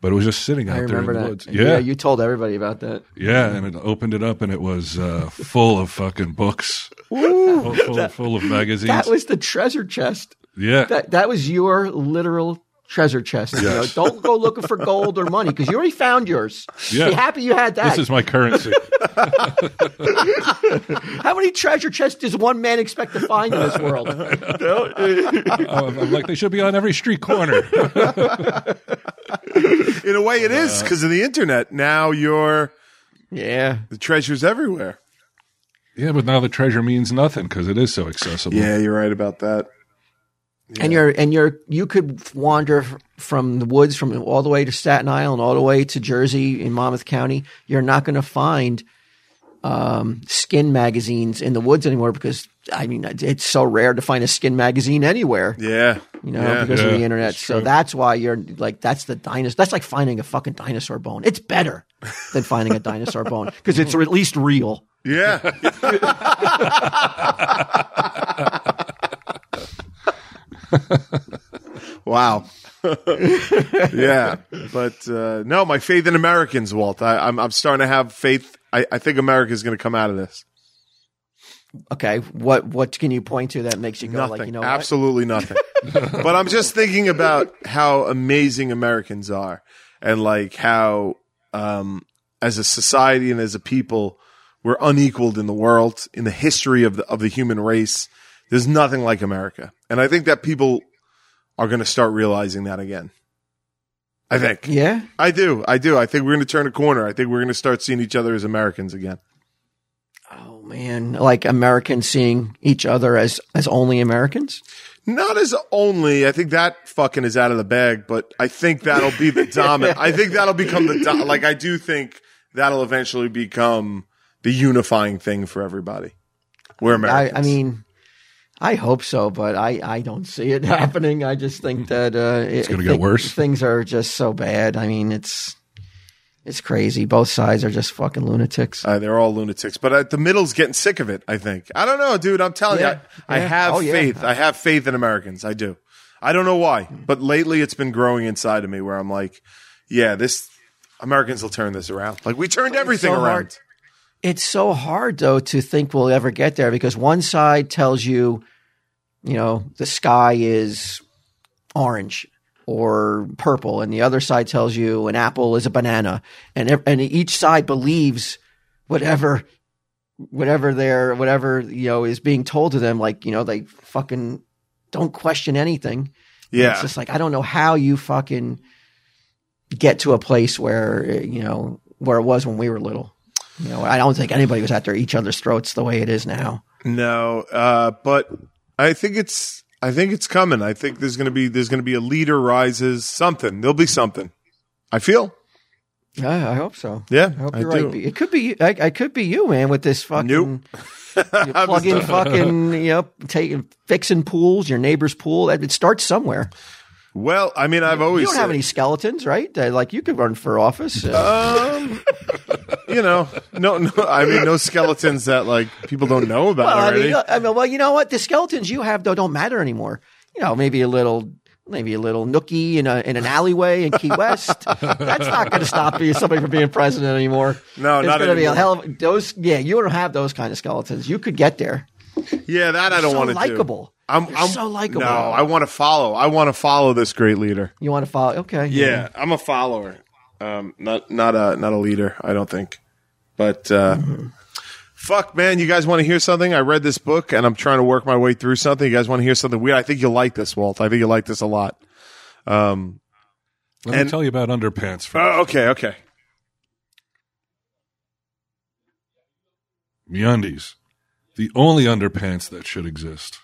Speaker 3: but it was just sitting out
Speaker 4: I
Speaker 3: there in
Speaker 4: remember
Speaker 3: the
Speaker 4: that.
Speaker 3: woods. Yeah, yeah,
Speaker 4: you told everybody about that.
Speaker 3: and it opened it up, and it was uh, full of fucking books, full, full, full of magazines.
Speaker 4: That was the treasure chest.
Speaker 3: yeah,
Speaker 4: That that was your literal treasure chest. You know,
Speaker 3: Yes.
Speaker 4: don't go looking for gold or money because you already found yours.
Speaker 3: Yeah.
Speaker 4: Be happy you had that.
Speaker 3: this is my currency.
Speaker 4: How many treasure chests does one man expect to find in this world?
Speaker 3: [laughs] Oh, I'm, I'm like they should be on every street corner.
Speaker 1: In a way, it
Speaker 4: Uh,
Speaker 1: is because of the internet. Now you're
Speaker 4: yeah.
Speaker 1: the treasure's everywhere.
Speaker 3: yeah, but now the treasure means nothing because it is so accessible.
Speaker 1: Yeah, you're right about that.
Speaker 4: and you're and you're you could wander f- from the woods from all the way to Staten Island, all the way to Jersey in Monmouth County. You're not going to find um, skin magazines in the woods anymore because I mean it- it's so rare to find a skin magazine anywhere,
Speaker 1: Yeah,
Speaker 4: you know,
Speaker 1: yeah.
Speaker 4: because
Speaker 3: Yeah,
Speaker 4: of the internet.
Speaker 3: that's
Speaker 4: So
Speaker 3: true.
Speaker 4: that's why you're like that's the dinosaur. That's like finding a fucking dinosaur bone. It's better than finding a dinosaur bone
Speaker 3: [laughs]
Speaker 4: because it's at least real. [laughs]
Speaker 1: Yeah. wow. yeah, but uh, no, my faith in Americans, Walt. I, I'm I'm starting to have faith. I, I think America's going to come out of this.
Speaker 4: Okay, what what can you point to that makes you go
Speaker 1: Nothing,
Speaker 4: like you know what?
Speaker 1: absolutely nothing.
Speaker 4: [laughs]
Speaker 1: but I'm just thinking about how amazing Americans are, and like how, um, as a society and as a people, we're unequaled in the world in the history of the of the human race. There's nothing like America, and I think that people are going to start realizing that again. I think.
Speaker 4: Yeah.
Speaker 1: I do. I do. I think we're going to turn a corner. I think we're going to start seeing each other as Americans again.
Speaker 4: Oh man, like Americans seeing each other as as only Americans.
Speaker 1: Not as only. I think that fucking is out of the bag, but I think that'll be
Speaker 4: [laughs]
Speaker 1: the dominant. I think that'll become the do- like. I do think that'll eventually become the unifying thing for everybody. We're
Speaker 4: I,
Speaker 1: Americans.
Speaker 4: I mean, I hope so, but I I don't see it [laughs] happening. I just think that uh, it-
Speaker 3: gonna
Speaker 4: I
Speaker 3: get
Speaker 4: think
Speaker 3: worse.
Speaker 4: Things are just so bad. I mean, it's it's crazy. Both sides are just fucking lunatics.
Speaker 1: Uh, they're all lunatics, but uh, the middle's getting sick of it. I think. I don't know, dude. I'm telling
Speaker 4: Yeah.
Speaker 1: you, I, I
Speaker 4: Yeah.
Speaker 1: have
Speaker 4: Oh, yeah.
Speaker 1: faith. I have faith in Americans. I do. I don't know why, but lately it's been growing inside of me where I'm like, yeah, this Americans will turn this around. Like we turned everything
Speaker 4: so
Speaker 1: around.
Speaker 4: hard. it's so hard though to think we'll ever get there because one side tells you, you know, the sky is orange or purple, and the other side tells you an apple is a banana, and ev- and each side believes whatever whatever they're whatever you know is being told to them. Like you know, they fucking don't question anything.
Speaker 1: Yeah.
Speaker 4: It's just like I don't know how you fucking get to a place where eh, you know where it was when we were little. You know, I don't think anybody was at their each other's throats the way it is now.
Speaker 1: No, uh, but I think it's I think it's coming. I think there's gonna be there's gonna be a leader rises something. There'll be something. I feel.
Speaker 4: Yeah, I hope so.
Speaker 1: Yeah,
Speaker 4: I hope
Speaker 1: I
Speaker 4: you're
Speaker 1: do.
Speaker 4: right. It could be I, I could be you, man, with this fucking
Speaker 1: Nope. [laughs]
Speaker 4: you plug in fucking you know taking fixing pools, your neighbor's pool. It starts somewhere.
Speaker 1: Well, I mean, I've always
Speaker 4: You don't have
Speaker 1: said-
Speaker 4: any skeletons, right? Uh, like you could run for office. Uh,
Speaker 1: Um, you know, no, no. I mean, no skeletons that like people don't know about
Speaker 4: well, I
Speaker 1: already.
Speaker 4: mean, uh, I mean, well, you know what? The skeletons you have though don't matter anymore. You know, maybe a little, maybe a little nookie in a in an alleyway in Key West. That's not going to stop you somebody from being president anymore.
Speaker 1: No,
Speaker 4: it's
Speaker 1: not
Speaker 4: going to be a
Speaker 1: anymore.
Speaker 4: hell of those. Yeah, you don't have those kind of skeletons. You could get there.
Speaker 1: yeah, that I don't
Speaker 4: so
Speaker 1: want to
Speaker 4: likable.
Speaker 1: Do. I'm,
Speaker 4: You're
Speaker 1: I'm
Speaker 4: so likable.
Speaker 1: No, I want to follow. I want to follow this great leader.
Speaker 4: You want to follow? Okay.
Speaker 1: Yeah,
Speaker 4: Mm-hmm.
Speaker 1: I'm a follower. Um, not not a not a leader. I don't think. But uh,
Speaker 4: Mm-hmm.
Speaker 1: fuck, man, you guys want to hear something? I read this book and I'm trying to work my way through something. You guys want to hear something weird? I think you'll like this, Walt. I think you'll like this a lot.
Speaker 3: Let
Speaker 1: And-
Speaker 3: me tell you about underpants. First.
Speaker 1: Oh, okay, okay.
Speaker 3: MeUndies, the only underpants that should exist.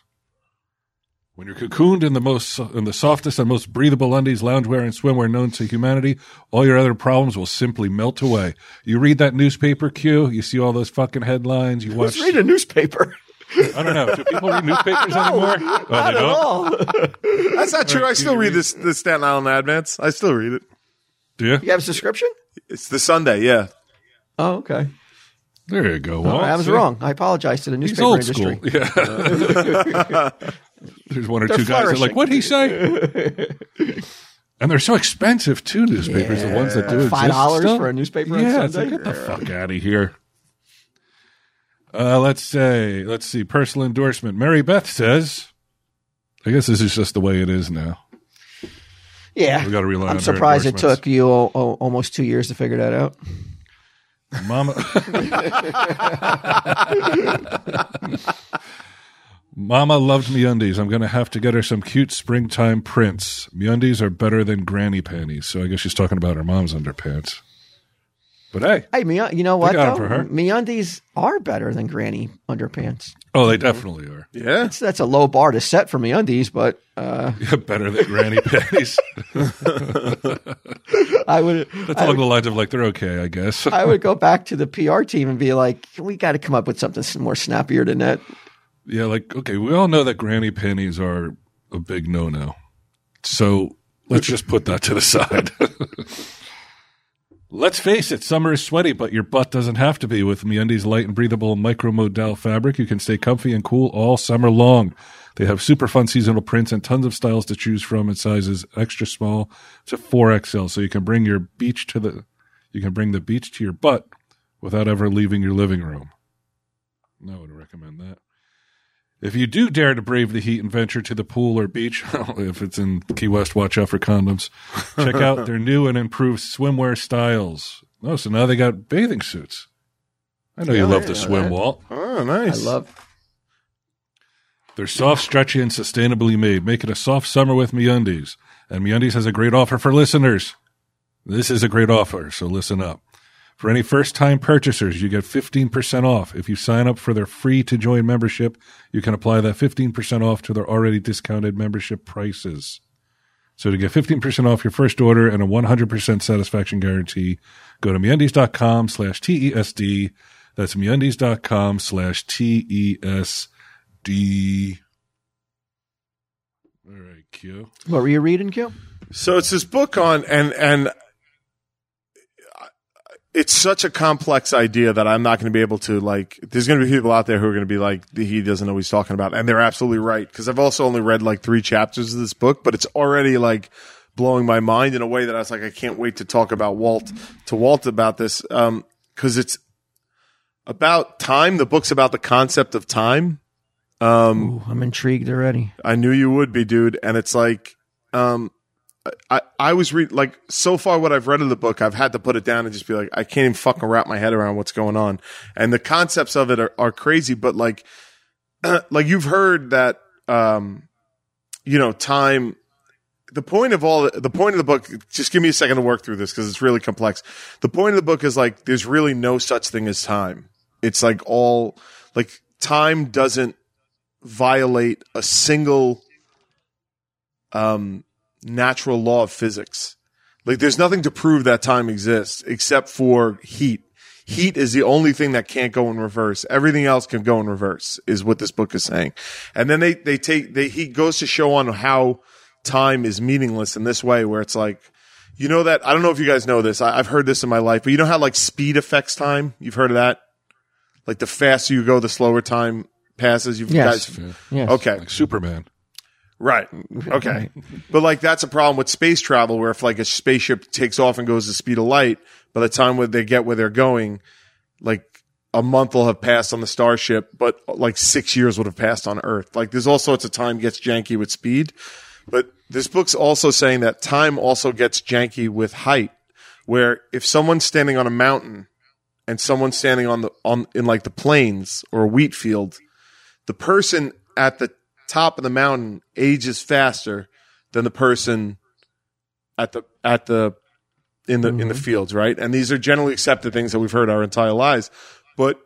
Speaker 3: When you're cocooned in the most in the softest and most breathable undies, loungewear, and swimwear known to humanity, all your other problems will simply melt away. You read that newspaper, Q. You see all those fucking headlines. You watch.
Speaker 4: Just read a newspaper. [laughs]
Speaker 3: I don't know. Do people read newspapers anymore? Oh, they
Speaker 4: Not at
Speaker 3: don't?
Speaker 4: all.
Speaker 1: That's not true. I still
Speaker 3: you
Speaker 1: read
Speaker 3: read-
Speaker 1: this the Staten Island Advance. I still read it.
Speaker 3: Do you?
Speaker 4: You have a subscription?
Speaker 1: It's the Sunday, yeah.
Speaker 4: Oh, okay.
Speaker 3: There you go. Walt.
Speaker 4: I was
Speaker 3: Oh, See?
Speaker 4: wrong. I apologize to the
Speaker 3: He's
Speaker 4: newspaper
Speaker 3: old
Speaker 4: industry.
Speaker 3: school. Yeah. [laughs] There's one or
Speaker 4: They're
Speaker 3: two guys that are like,
Speaker 4: flourishing.
Speaker 3: what'd he say? and they're so expensive too, newspapers, the ones that do exist.
Speaker 4: Five dollars
Speaker 3: still.
Speaker 4: for a newspaper on
Speaker 3: Yeah, it's
Speaker 4: Sunday?
Speaker 3: like, get the fuck out of here. Uh, let's say, let's see, personal endorsement. Mary Beth says, I guess this is just the way it is now.
Speaker 4: Yeah.
Speaker 3: We gotta rely on
Speaker 4: I'm
Speaker 3: her
Speaker 4: surprised it
Speaker 3: endorsements.
Speaker 4: took you al- al- almost two years to figure that out.
Speaker 3: Mama. Mama loved MeUndies. I'm going to have to get her some cute springtime prints. MeUndies are better than granny panties. So I guess she's talking about her mom's underpants. But hey,
Speaker 4: Hey, me, you know what?
Speaker 3: got 'em
Speaker 4: though?
Speaker 3: for her.
Speaker 4: Meundies are better than granny underpants.
Speaker 3: oh, they definitely are.
Speaker 1: Yeah.
Speaker 4: So that's a low bar to set for meundies, but uh,
Speaker 3: Yeah, [laughs] better than [laughs] granny panties.
Speaker 4: I
Speaker 1: [laughs]
Speaker 4: would
Speaker 3: That's along the lines of like, they're okay, I guess.
Speaker 4: I would go back to the PR team and be like, we got to come up with something s- more snappier than that.
Speaker 3: Yeah, like okay, we all know that granny panties are a big no-no. So let's just put that to the side. [laughs] let's face it, summer is sweaty, but your butt doesn't have to be. With MeUndies light and breathable micromodal fabric, you can stay comfy and cool all summer long. They have super fun seasonal prints and tons of styles to choose from in sizes extra small to 4XL, so you can bring your beach to the you can bring the beach to your butt without ever leaving your living room. I would recommend that. If you do dare to brave the heat and venture to the pool or beach, [laughs] if it's in Key West, watch out for condoms. Check out their new and improved swimwear styles. Oh, so now they got bathing suits. I know you
Speaker 4: Yeah,
Speaker 3: love
Speaker 4: I
Speaker 3: to
Speaker 4: know
Speaker 3: swim,
Speaker 4: that.
Speaker 3: Walt.
Speaker 1: Oh, nice.
Speaker 4: I love.
Speaker 3: They're soft, stretchy, and sustainably made. Make it a soft summer with MeUndies. And MeUndies has a great offer for listeners. This is a great offer, so listen up. For any first time purchasers, you get 15% off. If you sign up for their free to join membership, you can apply that 15% off to their already discounted membership prices. So to get 15% off your first order and a 100% satisfaction guarantee, go to MeUndies.com slash TESD. That's MeUndies.com slash E TESD. All right, Q.
Speaker 4: What were you reading, Q?
Speaker 1: So it's this book on and and it's such a complex idea that I'm not going to be able to like. There's going to be people out there who are going to be like, he doesn't know what he's talking about, and they're absolutely right because I've also only read like three chapters of this book, but it's already like blowing my mind in a way that I was like, I can't wait to talk about Walt to Walt about this because it's about time. The book's about the concept of time. Um,
Speaker 4: Ooh, I'm intrigued already.
Speaker 1: I knew you would be, dude. And it's like, um, I, I was read like so far what I've read of the book, I've had to put it down and just be like, I can't even fucking wrap my head around what's going on. And the concepts of it are, are crazy, but like, [clears throat] like you've heard that, um, you know, time, the point of all the point of the book, just give me a second to work through this because it's really complex. The point of the book is like, there's really no such thing as time. It's like all, like time doesn't violate a single um, natural law of physics. Like there's nothing to prove that time exists except for heat. Heat is the only thing that can't go in reverse. Everything else can go in reverse is what this book is saying. And then they, they take, they, he goes to show on how time is meaningless in this way where it's like you know that I don't know if you guys know this. I, I've heard this in my life, but you know how like speed affects time? You've heard of that? Like the faster you go, the slower time passes. You've
Speaker 4: Yes.
Speaker 1: guys
Speaker 4: Yes.
Speaker 1: Okay.
Speaker 3: like Superman.
Speaker 1: Right. Okay. but like that's a problem with space travel where if like a spaceship takes off and goes the speed of light, by the time where they get where they're going, like a month will have passed on the starship, but like six years would have passed on Earth. Like there's all sorts of time gets janky with speed. But this book's also saying that time also gets janky with height, where if someone's standing on a mountain and someone's standing on the on in like the plains or a wheat field, the person at the top of the mountain ages faster than the person at the at the in the in the fields, right? And these are generally accepted things that we've heard our entire lives. But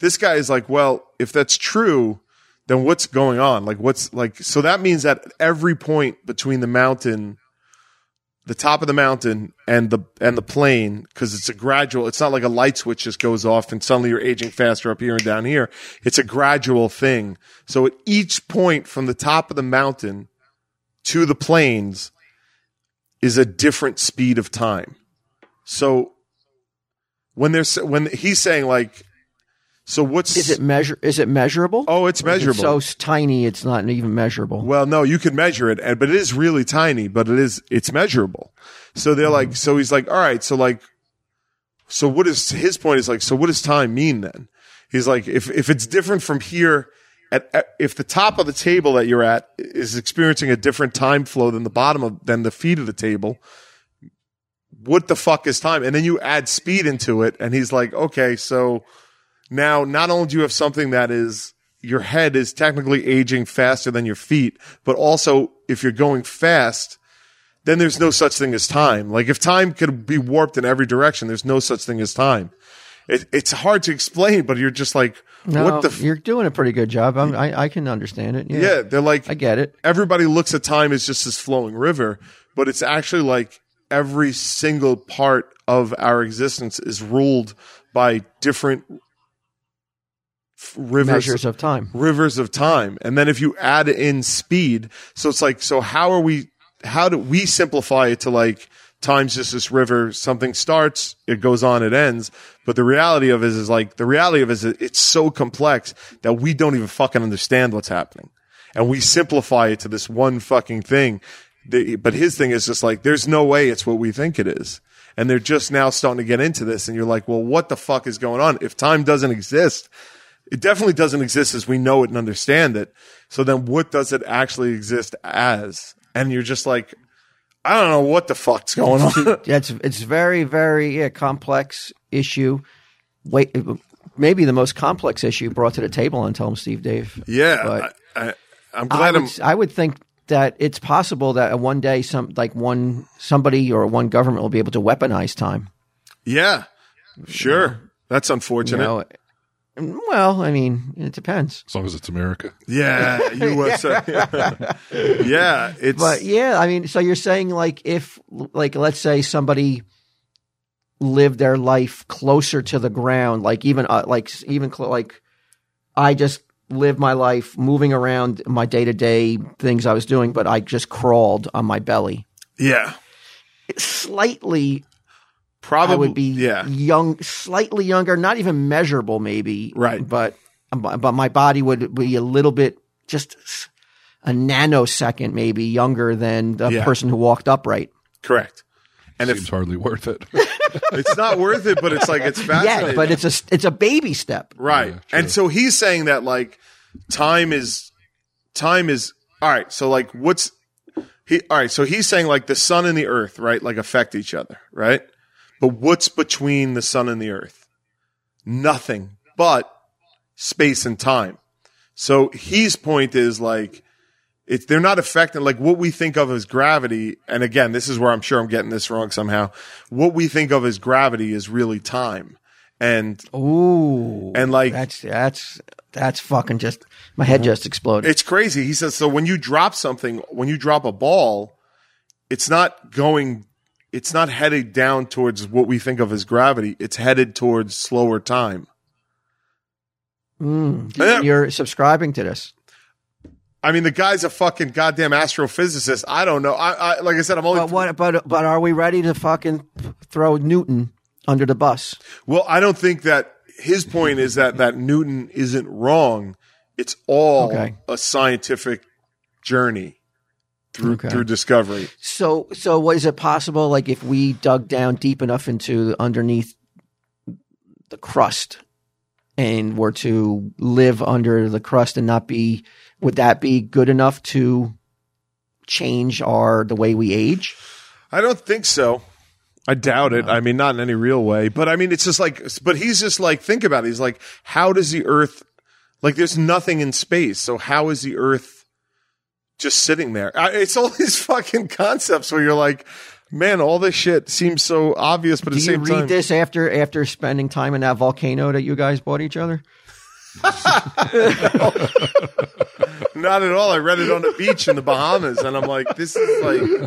Speaker 1: this guy is like, well, if that's true, then what's going on? Like what's like so that means that every point between the mountain the top of the mountain and the and the plane because it's a gradual it's not like a light switch just goes off and suddenly you're aging faster up here and down here it's a gradual thing so at each point from the top of the mountain to the plains is a different speed of time so when there's when he's saying like so what's
Speaker 4: Is it measure? Is it measurable?
Speaker 1: oh it's
Speaker 4: Or is it
Speaker 1: measurable
Speaker 4: so s- tiny, it's not even measurable.
Speaker 1: Well, no, you could measure it, and but it is really tiny, but it is it's measurable. So they're like, so he's like, all right, so like, so what is his point is like, so what does time mean then? He's like, if if it's different from here, at, at if the top of the table that you're at is experiencing a different time flow than the bottom of than the feet of the table, what the fuck is time? And then you add speed into it, and he's like, okay, so now not only do you have something that is your head is technically aging faster than your feet, but also if you're going fast, then there's no such thing as time. Like if time could be warped in every direction, there's no such thing as time. It, it's hard to explain, but you're just like,
Speaker 4: No,
Speaker 1: what the? F-?
Speaker 4: you're doing a pretty good job. I'm, I I can understand it. Yeah,
Speaker 1: Yeah, they're like,
Speaker 4: I get it.
Speaker 1: everybody looks at time as just this flowing river, but it's actually like every single part of our existence is ruled by different f- rivers
Speaker 4: Measures of time.
Speaker 1: rivers of time. And then if you add in speed, so it's like, so how are we, how do we simplify it to like, time's just this river, something starts, it goes on, it ends. But the reality of it is, is like, the reality of it is it's so complex that we don't even fucking understand what's happening. And we simplify it to this one fucking thing. The, but his thing is just like, there's no way it's what we think it is. And they're just now starting to get into this. And you're like, well, what the fuck is going on? If time doesn't exist, it definitely doesn't exist as we know it and understand it. So then what does it actually exist as? And you're just like, I don't know what the fuck's going on. [laughs]
Speaker 4: That's it's very very yeah, complex issue. Wait, maybe the most complex issue brought to the table on Tell 'em Steve Dave.
Speaker 1: yeah.
Speaker 4: But-
Speaker 1: I, I, I'm
Speaker 4: I
Speaker 1: glad
Speaker 4: would,
Speaker 1: I'm.
Speaker 4: s- I would think that it's possible that one day some like one somebody or one government will be able to weaponize time.
Speaker 1: Yeah. Sure. That's
Speaker 4: You
Speaker 1: unfortunate.
Speaker 4: know, And, well, I mean, it depends.
Speaker 3: As long as it's America.
Speaker 1: Yeah.
Speaker 4: [laughs]
Speaker 1: You were so- [laughs] yeah. It's.
Speaker 4: But yeah, I mean, so you're saying like if like let's say somebody lived their life closer to the ground, like even uh, like s- even cl- like I just lived my life moving around my day to day things I was doing, but I just crawled on my belly.
Speaker 1: yeah.
Speaker 4: Slightly,
Speaker 1: Probably.
Speaker 4: I would be
Speaker 1: Yeah.
Speaker 4: young, slightly younger, not even measurable, maybe.
Speaker 1: Right.
Speaker 4: But but my body would be a little bit just a nanosecond, maybe younger than the
Speaker 1: Yeah.
Speaker 4: person who walked upright.
Speaker 1: Correct. And
Speaker 3: Seems
Speaker 1: if
Speaker 3: hardly worth [laughs] it.
Speaker 1: it's not worth it, but it's like,
Speaker 4: [laughs]
Speaker 1: it's fascinating.
Speaker 4: Yeah, but it's a it's a baby step.
Speaker 1: Right. and so he's saying that like time is time is all right, so like what's he all right, so he's saying like the sun and the earth, right, like affect each other, right? But what's between the sun and the earth? Nothing but space and time. So his point is like it's they're not affecting like what we think of as gravity and again this is where i'm sure i'm getting this wrong somehow what we think of as gravity is really time and
Speaker 4: Ooh,
Speaker 1: And, like-
Speaker 4: that's that's that's fucking just my head just exploded.
Speaker 1: It's crazy. He says so when you drop something, when you drop a ball, it's not going it's not headed down towards what we think of as gravity. It's headed towards slower time.
Speaker 4: Mm.
Speaker 1: Yeah.
Speaker 4: You're subscribing to this.
Speaker 1: I mean, the guy's a fucking goddamn astrophysicist. I don't know. I, I like I said, I'm only.
Speaker 4: But what? But but are we ready to fucking throw Newton under the bus?
Speaker 1: well, I don't think that his point is that that Newton isn't wrong. It's all
Speaker 4: Okay.
Speaker 1: a scientific journey through
Speaker 4: Okay.
Speaker 1: through discovery.
Speaker 4: So so what is it possible? Like if we dug down deep enough into underneath the crust, and were to live under the crust and not be, would that be good enough to change our the way we age?
Speaker 1: I don't think so. I doubt it. I mean, not in any real way. But I mean, it's just like, but he's just like, think about it. He's like, how does the Earth, like, there's nothing in space. So how is the Earth just sitting there? I, it's all [laughs] these fucking concepts where you're like, man, all this shit seems so obvious, but at the
Speaker 4: Do you
Speaker 1: same
Speaker 4: read
Speaker 1: time,
Speaker 4: this after after spending time in that volcano that you guys bought each other?
Speaker 1: [laughs] not at all. I read it on a beach in the Bahamas, and I'm like, this is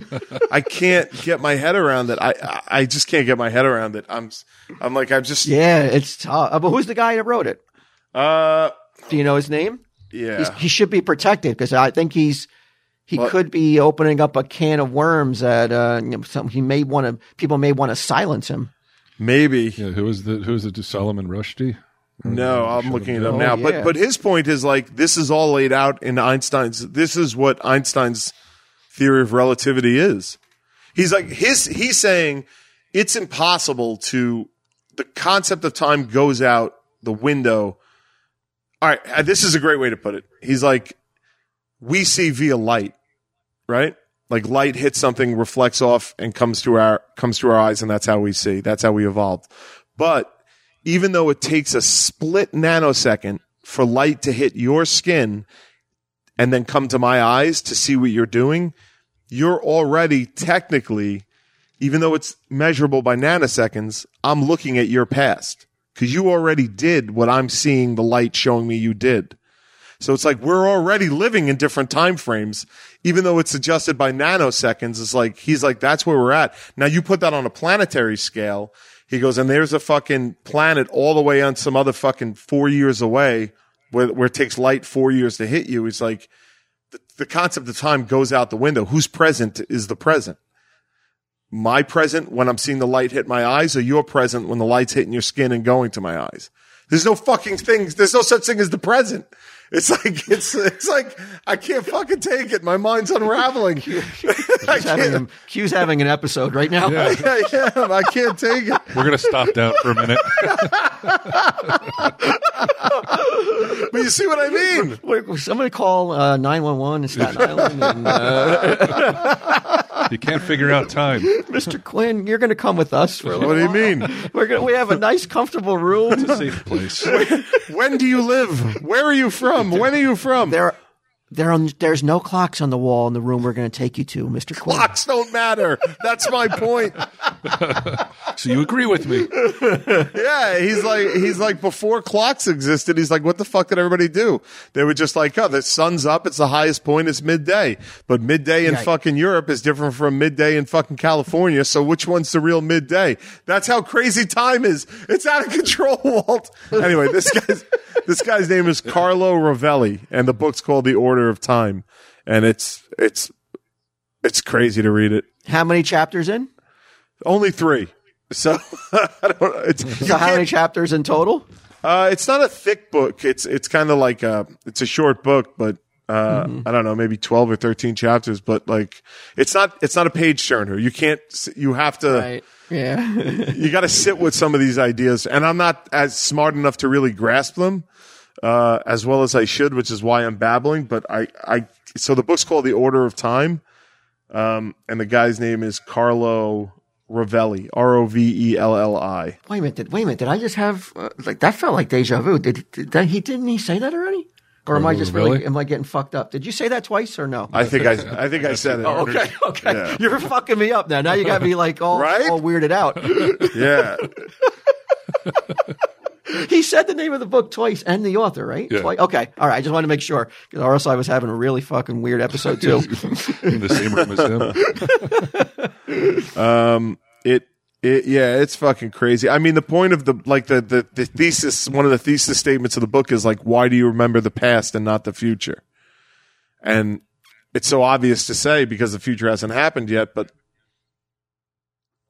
Speaker 1: like, I can't get my head around it. I, I, I just can't get my head around it. I'm, s- I'm like, I'm just,
Speaker 4: Yeah, it's tough. Uh, But who's the guy that wrote it?
Speaker 1: uh,
Speaker 4: Do you know his name? He's,
Speaker 1: yeah.
Speaker 4: he should be protected because I think he's he
Speaker 1: Well-
Speaker 4: could be opening up a can of worms that uh, you know, some, he may want to. People may want to silence him.
Speaker 1: Maybe.
Speaker 3: Yeah, who is the who is it? Solomon Rushdie?
Speaker 1: No, I'm looking it up
Speaker 4: Oh,
Speaker 1: now.
Speaker 4: yeah.
Speaker 1: But but his point is like this is all laid out in Einstein's. This is what Einstein's theory of relativity is. He's like his he's saying it's impossible to the concept of time goes out the window. All right, uh, this is a great way to put it. He's like we see via light, right? Like light hits something, reflects off and comes to our comes to our eyes and that's how we see. That's how we evolved. But even though it takes a split nanosecond for light to hit your skin and then come to my eyes to see what you're doing, you're already technically, even though it's measurable by nanoseconds, I'm looking at your past because you already did what I'm seeing the light showing me you did. So it's like we're already living in different time frames, even though it's adjusted by nanoseconds. It's like he's like, that's where we're at. Now you put that on a planetary scale. He goes, and there's a fucking planet all the way on some other fucking four years away where, where it takes light four years to hit you. He's like, the, the concept of time goes out the window. Who's present is the present. My present when I'm seeing the light hit my eyes, or your present when the light's hitting your skin and going to my eyes. There's no fucking things. There's no such thing as the present. It's like it's it's like I can't fucking take it. My mind's unraveling. [laughs] I
Speaker 4: He's having
Speaker 1: can't.
Speaker 4: him, Q's having an episode right now. [laughs]
Speaker 1: [laughs] I am. I can't take it.
Speaker 3: We're gonna stop that for a minute.
Speaker 1: But you see what I mean?
Speaker 4: Wait, Somebody call uh, nine one one in Staten Island and
Speaker 1: [laughs]
Speaker 4: uh,
Speaker 3: you can't figure out time.
Speaker 4: Mr. Quinn, you're going to come with us for a little
Speaker 1: What do you
Speaker 4: while.
Speaker 1: mean?
Speaker 4: We're gonna, we have a nice, comfortable room.
Speaker 1: [laughs]
Speaker 3: It's a safe place.
Speaker 1: When do you live? Where are you from? When are you from?
Speaker 4: there, there, on, there's no clocks on the wall in the room we're going to take you to, Mr. Quinn.
Speaker 1: Clocks don't matter. That's my point.
Speaker 3: So you agree with me?
Speaker 1: Yeah, he's like he's like before clocks existed. He's like, what the fuck did everybody do? They were just like, oh, the sun's up. It's the highest point. It's midday, but midday in
Speaker 4: Right.
Speaker 1: fucking Europe is different from midday in fucking California. So which one's the real midday? That's how crazy time is. It's out of control, [laughs] Walt. Anyway, this guy's this guy's name is Carlo Rovelli, and the book's called The Order of Time, and it's it's it's crazy to read it.
Speaker 4: How many chapters in?
Speaker 1: Only three. So [laughs] I don't. know. It's, you
Speaker 4: So how
Speaker 1: can't-
Speaker 4: many chapters in total?
Speaker 1: Uh, it's not a thick book. It's it's kind of like a it's a short book, but uh, I don't know, maybe twelve or thirteen chapters. But like, it's not it's not a page turner. You can't. s- You have to.
Speaker 4: Yeah.
Speaker 1: You got to sit with some of these ideas, and I'm not as smart enough to really grasp them uh, as well as I should, which is why I'm babbling. But I I so the book's called The Order of Time, um, and the guy's name is Carlo Rovelli, R O V E L L I.
Speaker 4: Wait a minute. Did, wait a minute. Did I just have uh, like that? Felt like deja vu. Did, did that, he didn't he say that already? Or am I just really?
Speaker 3: Really?
Speaker 4: Am I getting fucked up? Did you say that twice or no?
Speaker 1: I think I I think I said it.
Speaker 4: [laughs] Oh, [laughs] okay, okay.
Speaker 1: Yeah.
Speaker 4: You're fucking me up now. Now you got me like all,
Speaker 1: Right?
Speaker 4: all weirded out. [laughs]
Speaker 1: Yeah.
Speaker 4: he said the name of the book twice and the author, right?
Speaker 3: Yeah.
Speaker 4: Twice. Okay. All right. I just wanted to make sure because or else I was having a really fucking weird episode
Speaker 1: [laughs]
Speaker 4: too.
Speaker 3: In the same room as him.
Speaker 1: it it yeah it's fucking crazy i mean the point of the like the, the the thesis one of the thesis statements of the book is like why do you remember the past and not the future And it's so obvious to say because the future hasn't happened yet, but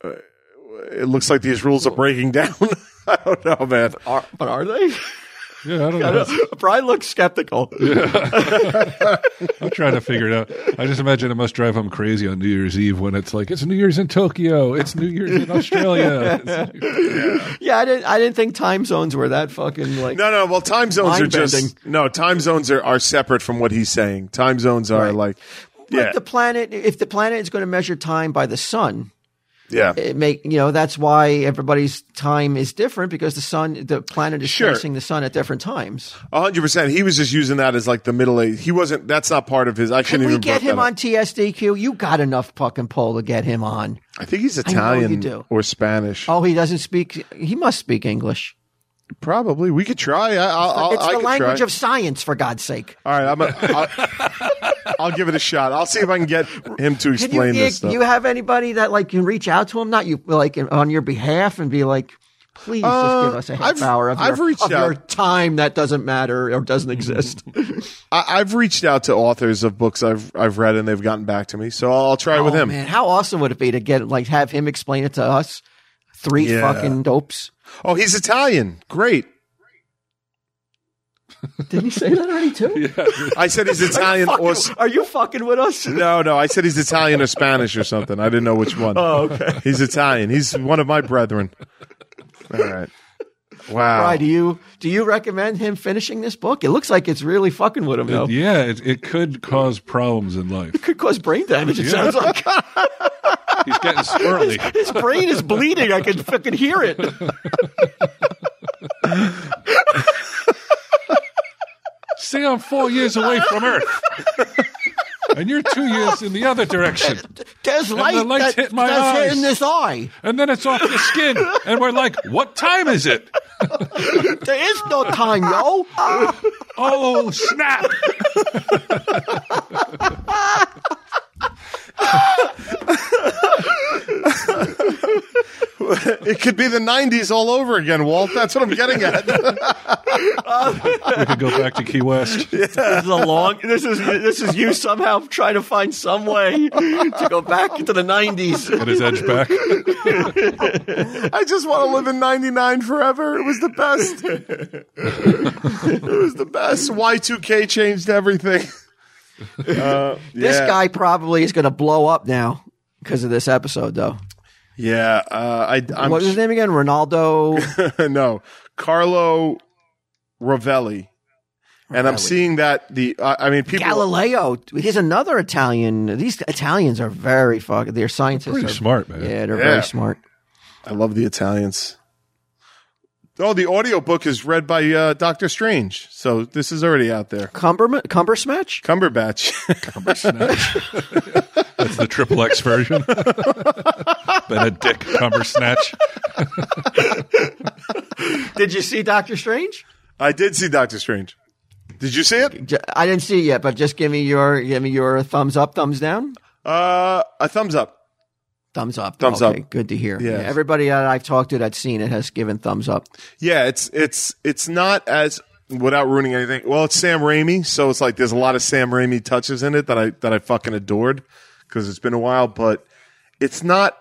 Speaker 1: uh, it looks like these rules are breaking down. [laughs] I don't know, man.
Speaker 4: Are, but are they?
Speaker 3: Yeah, I don't
Speaker 4: I
Speaker 3: know.
Speaker 4: don't know. Brian looks skeptical.
Speaker 3: I'm trying to figure it out. I just imagine it must drive them crazy on New Year's Eve when it's like it's New Year's in Tokyo, it's New Year's in Australia. [laughs]
Speaker 4: Yeah, I didn't. I didn't think time zones were that fucking like.
Speaker 1: No, no. Well, time zones are just
Speaker 4: Mind-bending.
Speaker 1: no. Time zones are, are separate from what he's saying. Time zones are
Speaker 4: Right.
Speaker 1: like,
Speaker 4: But
Speaker 1: yeah,
Speaker 4: the planet, if the planet is going to measure time by the sun,
Speaker 1: yeah.
Speaker 4: it make you know that's why everybody's time is different because the sun, the planet is
Speaker 1: Sure.
Speaker 4: facing the sun at different times.
Speaker 1: A hundred percent. He was just using that as like the middle age. He wasn't. That's not part of his. I
Speaker 4: Can
Speaker 1: shouldn't
Speaker 4: we
Speaker 1: even
Speaker 4: get
Speaker 1: brought
Speaker 4: him
Speaker 1: that up.
Speaker 4: on TSDQ? You got enough fucking pull to get him on.
Speaker 1: I think he's
Speaker 4: know you
Speaker 1: Italian
Speaker 4: do.
Speaker 1: or Spanish.
Speaker 4: Oh, he doesn't speak. He must speak English.
Speaker 1: Probably. We could try. I, I'll, I'll,
Speaker 4: it's
Speaker 1: Oh, I
Speaker 4: the
Speaker 1: could
Speaker 4: language
Speaker 1: try.
Speaker 4: of science, for God's sake.
Speaker 1: All right. I'm.
Speaker 4: [laughs]
Speaker 1: A, I'll, I'll give it a shot. I'll see if I can get him to
Speaker 4: Can you,
Speaker 1: explain this
Speaker 4: do
Speaker 1: stuff.
Speaker 4: you have anybody that like can reach out to him? Not you, like on your behalf, and be like, please
Speaker 1: Uh,
Speaker 4: just give us a half
Speaker 1: I've-
Speaker 4: hour of,
Speaker 1: I've
Speaker 4: your,
Speaker 1: reached
Speaker 4: of your
Speaker 1: out.
Speaker 4: time that doesn't matter
Speaker 1: [clears throat]
Speaker 4: or doesn't exist.
Speaker 1: I, I've reached out to authors of books I've I've read and they've gotten back to me. So I'll try with
Speaker 4: Oh,
Speaker 1: him.
Speaker 4: man, how awesome would it be to get like have him explain it to us? Three
Speaker 1: Yeah.
Speaker 4: fucking dopes.
Speaker 1: Oh, he's Italian. Great.
Speaker 4: Didn't he say that already too?
Speaker 1: I said
Speaker 4: [laughs]
Speaker 1: he's Italian or. s-
Speaker 4: Are you fucking with us?
Speaker 1: No, no. I said he's Italian or Spanish or something. I didn't know which one.
Speaker 4: Oh, okay.
Speaker 1: He's Italian. He's one of my brethren. All right. Wow.
Speaker 4: Why do you do you recommend him finishing this book? It looks like it's really fucking with him though. It
Speaker 3: yeah, it, it could cause problems in life.
Speaker 4: could cause brain damage. It sounds like
Speaker 3: He's getting
Speaker 4: [laughs]
Speaker 3: squirrely.
Speaker 4: his brain is bleeding. I can fucking hear it.
Speaker 3: See, I'm four years away from [laughs] Earth, and you're two years in the other direction.
Speaker 4: There's light that-
Speaker 3: lights hit my
Speaker 4: that's
Speaker 3: eyes.
Speaker 4: hitting this eye.
Speaker 3: And then it's off your skin, and we're like, "What time is it?"
Speaker 4: There is no time, yo.
Speaker 3: Oh snap!
Speaker 1: It could be the 90s all over again, Walt. That's what I'm getting at.
Speaker 3: We could go back to Key [laughs] West.
Speaker 4: this is a long. This is this is you somehow trying to find some way to go back into the nineties.
Speaker 3: Get his edge back.
Speaker 1: [laughs] I just want to live in 99 forever. It was the best. it was the best. Y2K changed everything. [laughs] Uh,
Speaker 4: This
Speaker 1: yeah.
Speaker 4: guy probably is going to blow up now because of this episode, though.
Speaker 1: Yeah. Uh, I, I'm.
Speaker 4: What's his name again? Ronaldo.
Speaker 1: [laughs] no, Carlo Rovelli. And I'm seeing that the uh, I mean people
Speaker 4: Galileo. He's another Italian. These Italians are very fucking. They're scientists.
Speaker 3: Pretty
Speaker 4: are-
Speaker 3: smart, man.
Speaker 4: Yeah, they're
Speaker 1: Yeah.
Speaker 4: very smart.
Speaker 1: I love the Italians. Oh, the audiobook is read by uh, Doctor Strange. So this is already out there.
Speaker 4: Cumber Cumbersmatch.
Speaker 1: Cumberbatch. [laughs]
Speaker 3: That's the triple X [laughs] version. Benedict Cumbersnatch.
Speaker 4: Did you see Doctor Strange?
Speaker 1: I did see Doctor Strange. Did you see it?
Speaker 4: J- I didn't see it yet, but just give me your give me your thumbs up, thumbs down.
Speaker 1: Uh, a thumbs up.
Speaker 4: Thumbs up.
Speaker 1: Thumbs
Speaker 4: Okay,
Speaker 1: up.
Speaker 4: Good to hear.
Speaker 1: Yeah.
Speaker 4: Yeah. Everybody that I've talked to that's seen it has given thumbs up.
Speaker 1: Yeah, it's it's it's not as without ruining anything. Well, it's Sam Raimi, so it's like there's a lot of Sam Raimi touches in it that I that I fucking adored because it's been a while, but it's not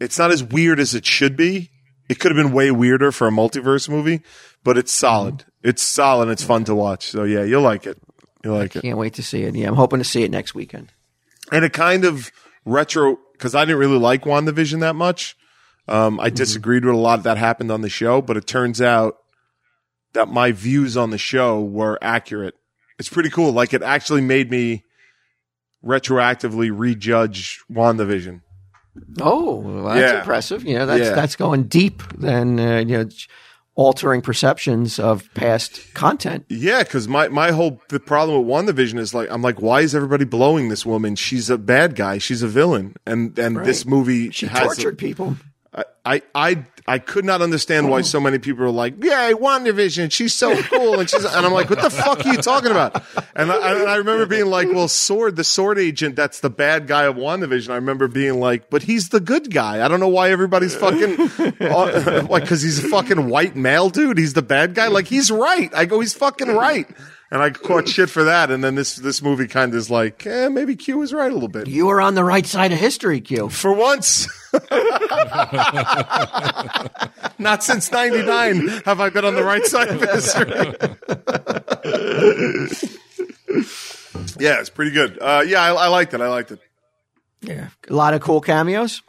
Speaker 1: it's not as weird as it should be. It could have been way weirder for a multiverse movie, but it's solid. It's solid. It's fun to watch. So yeah, you'll like it. You'll like it.
Speaker 4: Can't wait to see it. Yeah, I'm hoping to see it next weekend.
Speaker 1: and it kind of retro because I didn't really like WandaVision that much. Um,
Speaker 4: Mm-hmm.
Speaker 1: I disagreed with a lot that happened on the show, but it turns out that my views on the show were accurate. It's pretty cool. Like it actually made me retroactively rejudge WandaVision.
Speaker 4: Oh, well, that's
Speaker 1: Yeah.
Speaker 4: impressive. You know, that's
Speaker 1: Yeah.
Speaker 4: that's going deep. Then uh, you know, j- altering perceptions of past content.
Speaker 1: Yeah, because my, my whole the problem with WandaVision is like I'm like, why is everybody blowing this woman? She's a bad guy. She's a villain, and and this movie
Speaker 4: She
Speaker 1: has-
Speaker 4: tortured people.
Speaker 1: I, I, I could not understand why so many people are like, "Yay, WandaVision! She's so cool!" And she's, and I'm like, "What the fuck are you talking about?" And I, and I remember being like, "Well, Sword, the Sword Agent, that's the bad guy of WandaVision." I remember being like, "But he's the good guy." I don't know why everybody's fucking [laughs] uh, like because he's a fucking white male dude. He's the bad guy. Like he's right. I go, he's fucking right. and I caught shit for that. And then this this movie kind of is like, eh, maybe Q was right a little bit.
Speaker 4: You are on the right side of history, Q.
Speaker 1: For once, not since '99 have I been on the right side of history. yeah, it's pretty good. Uh, yeah, I, I liked it. I liked it.
Speaker 4: Yeah. A lot of cool cameos.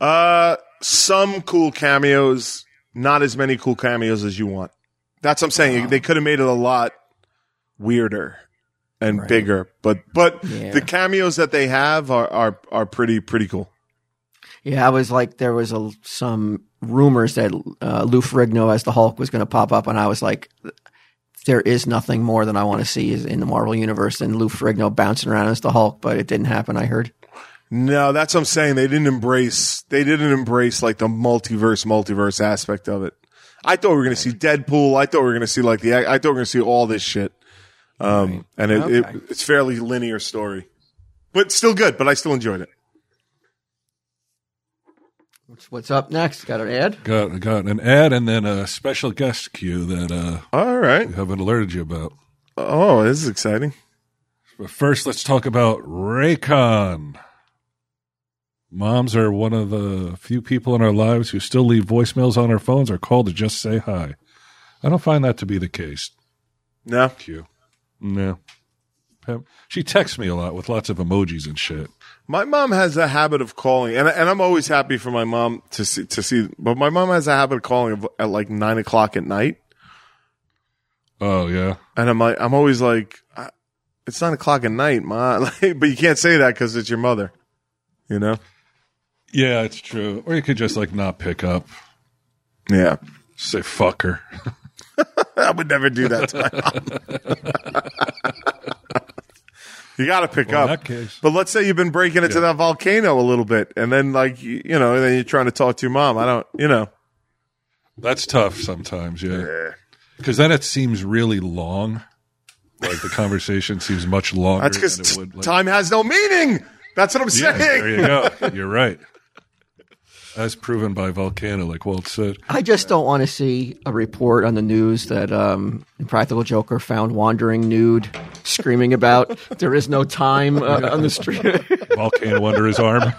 Speaker 1: Uh, some cool cameos, not as many cool cameos as you want. That's what I'm saying. They could have made it a lot weirder and bigger, but but
Speaker 4: Yeah.
Speaker 1: the cameos that they have are are are pretty pretty cool.
Speaker 4: Yeah, I was like, there was a, some rumors that uh, Lou Ferrigno as the Hulk was going to pop up, and I was like, there is nothing more than I want to see is in the Marvel universe than Lou Ferrigno bouncing around as the Hulk, but it didn't happen. I heard.
Speaker 1: No, that's what I'm saying. They didn't embrace. They didn't embrace like the multiverse, multiverse aspect of it. I thought we were going to see Deadpool. I thought we were going to see like the. I thought we were going to see all this shit. Um, and it,
Speaker 4: Okay.
Speaker 1: it, it's fairly linear story, but still good. But I still enjoyed it.
Speaker 4: What's, what's up next? Got an ad?
Speaker 3: Got got an ad and then a special guest cue that uh,
Speaker 1: All right.
Speaker 3: we haven't alerted you about.
Speaker 1: Oh, this is exciting.
Speaker 3: But first, let's talk about Raycon. Moms are one of the few people in our lives who still leave voicemails on our phones or call to just say hi. I don't find that to be the case.
Speaker 1: No,
Speaker 3: Q. No. Pam- She texts me a lot with lots of emojis and shit.
Speaker 1: my mom has a habit of calling, and and I'm always happy for my mom to see to see. But my mom has a habit of calling of- at like nine o'clock at night,
Speaker 3: Oh yeah.
Speaker 1: and I'm like, I'm always like, I- it's nine o'clock at night, ma. [laughs] Like, but you can't say that because it's your mother, you know.
Speaker 3: Yeah, it's true. Or you could just like not pick up.
Speaker 1: Yeah,
Speaker 3: Say fuck her.
Speaker 1: I would never do that to my mom. you got to pick
Speaker 3: Well, in
Speaker 1: up.
Speaker 3: that case.
Speaker 1: But let's say you've been breaking into that volcano a little bit, and then like you, you know, and then you're trying to talk to your mom. I don't, you know.
Speaker 3: That's tough sometimes, yeah. Because then it seems really long. Like the conversation seems much longer.
Speaker 1: That's
Speaker 3: than
Speaker 1: because
Speaker 3: it would, like-
Speaker 1: time has no meaning. That's what I'm
Speaker 3: Yeah, there
Speaker 1: saying.
Speaker 3: you go. You're right. As proven by Volcano, like Walt said.
Speaker 4: I just don't want to see a report on the news that um, Impractical Joker found wandering nude, screaming about there is no time uh, on the street. [laughs]
Speaker 3: Volcano under his arm.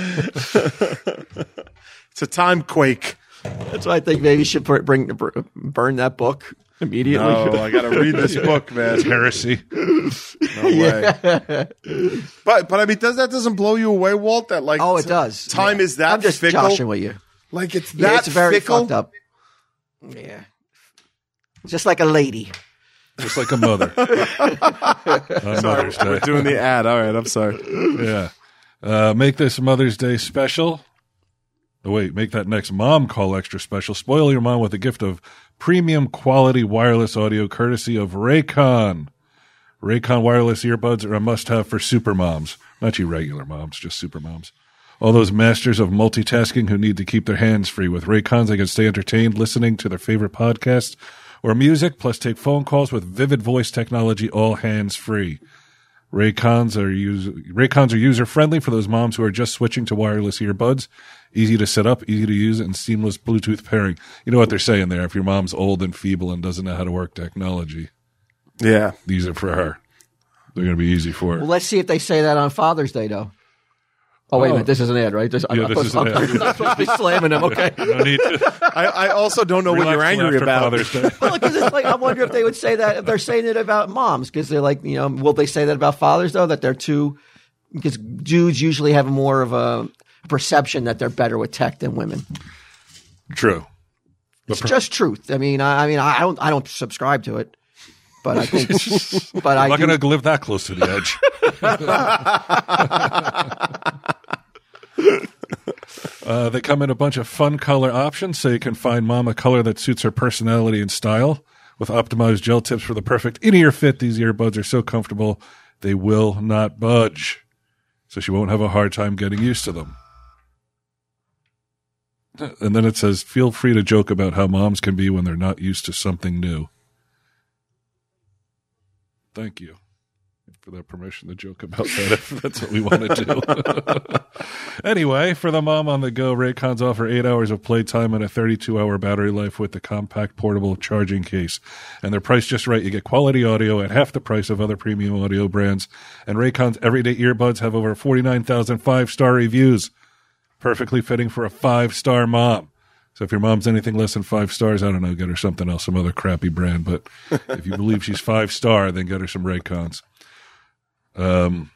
Speaker 3: [laughs]
Speaker 1: It's a time quake.
Speaker 4: That's why I think maybe you should put, bring br- burn that book immediately.
Speaker 1: Oh, I gotta read [laughs] this book, man.
Speaker 3: Heresy.
Speaker 4: [laughs]
Speaker 1: No way. But but I mean, does that doesn't blow you away, Walt? That like
Speaker 4: Oh, it
Speaker 1: t-
Speaker 4: does.
Speaker 1: Time
Speaker 4: Yeah.
Speaker 1: is that
Speaker 4: I'm just
Speaker 1: fickle.
Speaker 4: joshing with you.
Speaker 1: Like it's that
Speaker 4: Yeah, it's very
Speaker 1: fickle.
Speaker 4: fucked up. Yeah, just like a lady.
Speaker 3: Just like a mother. On Mother's Day.
Speaker 1: We're doing the ad. All right, I'm sorry.
Speaker 3: Yeah. Uh, make this Mother's Day special. Oh, wait, make that next mom call extra special. Spoil your mom with a gift of premium quality wireless audio courtesy of Raycon. Raycon wireless earbuds are a must have for super moms. Not you regular moms, just super moms. All those masters of multitasking who need to keep their hands free. With Raycons, they can stay entertained listening to their favorite podcasts or music, plus take phone calls with vivid voice technology, all hands free. Raycons are user Raycons are user friendly for those moms who are just switching to wireless earbuds. Easy to set up, easy to use, and seamless Bluetooth pairing. You know what they're saying there. If your mom's old and feeble and doesn't know how to work technology,
Speaker 1: [laughs] Yeah.
Speaker 3: these are for her. They're going to be easy for her. [laughs]
Speaker 4: Well, let's see if they say that on Father's Day, though. Oh wait a
Speaker 3: Oh.
Speaker 4: minute, this is an ad, right? This, I'm,
Speaker 3: Yeah,
Speaker 4: not
Speaker 3: this is
Speaker 4: supposed,
Speaker 3: an
Speaker 4: [laughs]
Speaker 3: ad.
Speaker 4: I'm not supposed to be slamming them, okay?
Speaker 3: no need to
Speaker 1: I, I also don't know what you're
Speaker 3: relax till
Speaker 1: angry
Speaker 3: after
Speaker 1: about.
Speaker 3: Father's Day.
Speaker 4: Well, because it's like I wonder if they would say that if they're saying it about moms, because they're like, you know, will they say that about fathers though? That they're too, because dudes usually have more of a perception that they're better with tech than women.
Speaker 3: True.
Speaker 4: It's just truth. I mean, I, I mean, I don't, I don't subscribe to it, but I think, but I
Speaker 3: I'm not
Speaker 4: do,
Speaker 3: going to live that close to the edge.
Speaker 4: [laughs]
Speaker 3: uh, they come in a bunch of fun color options, so you can find mom a color that suits her personality and style. With optimized gel tips for the perfect in-ear fit, these earbuds are so comfortable they will not budge, so she won't have a hard time getting used to them. And then it says, "Feel free to joke about how moms can be when they're not used to something new." Thank you for that permission to joke about that if that's what we want to do. [laughs] Anyway, for the mom on the go, Raycons offer eight hours of playtime and a 32 hour battery life with the compact portable charging case. And they're priced just right. You get quality audio at half the price of other premium audio brands. And Raycon's everyday earbuds have over 49,000 five star reviews. Perfectly fitting for a five star mom. So if your mom's anything less than five stars, I don't know, get her something else, some other crappy brand. But if you believe she's five star, then get her some Raycons. Um,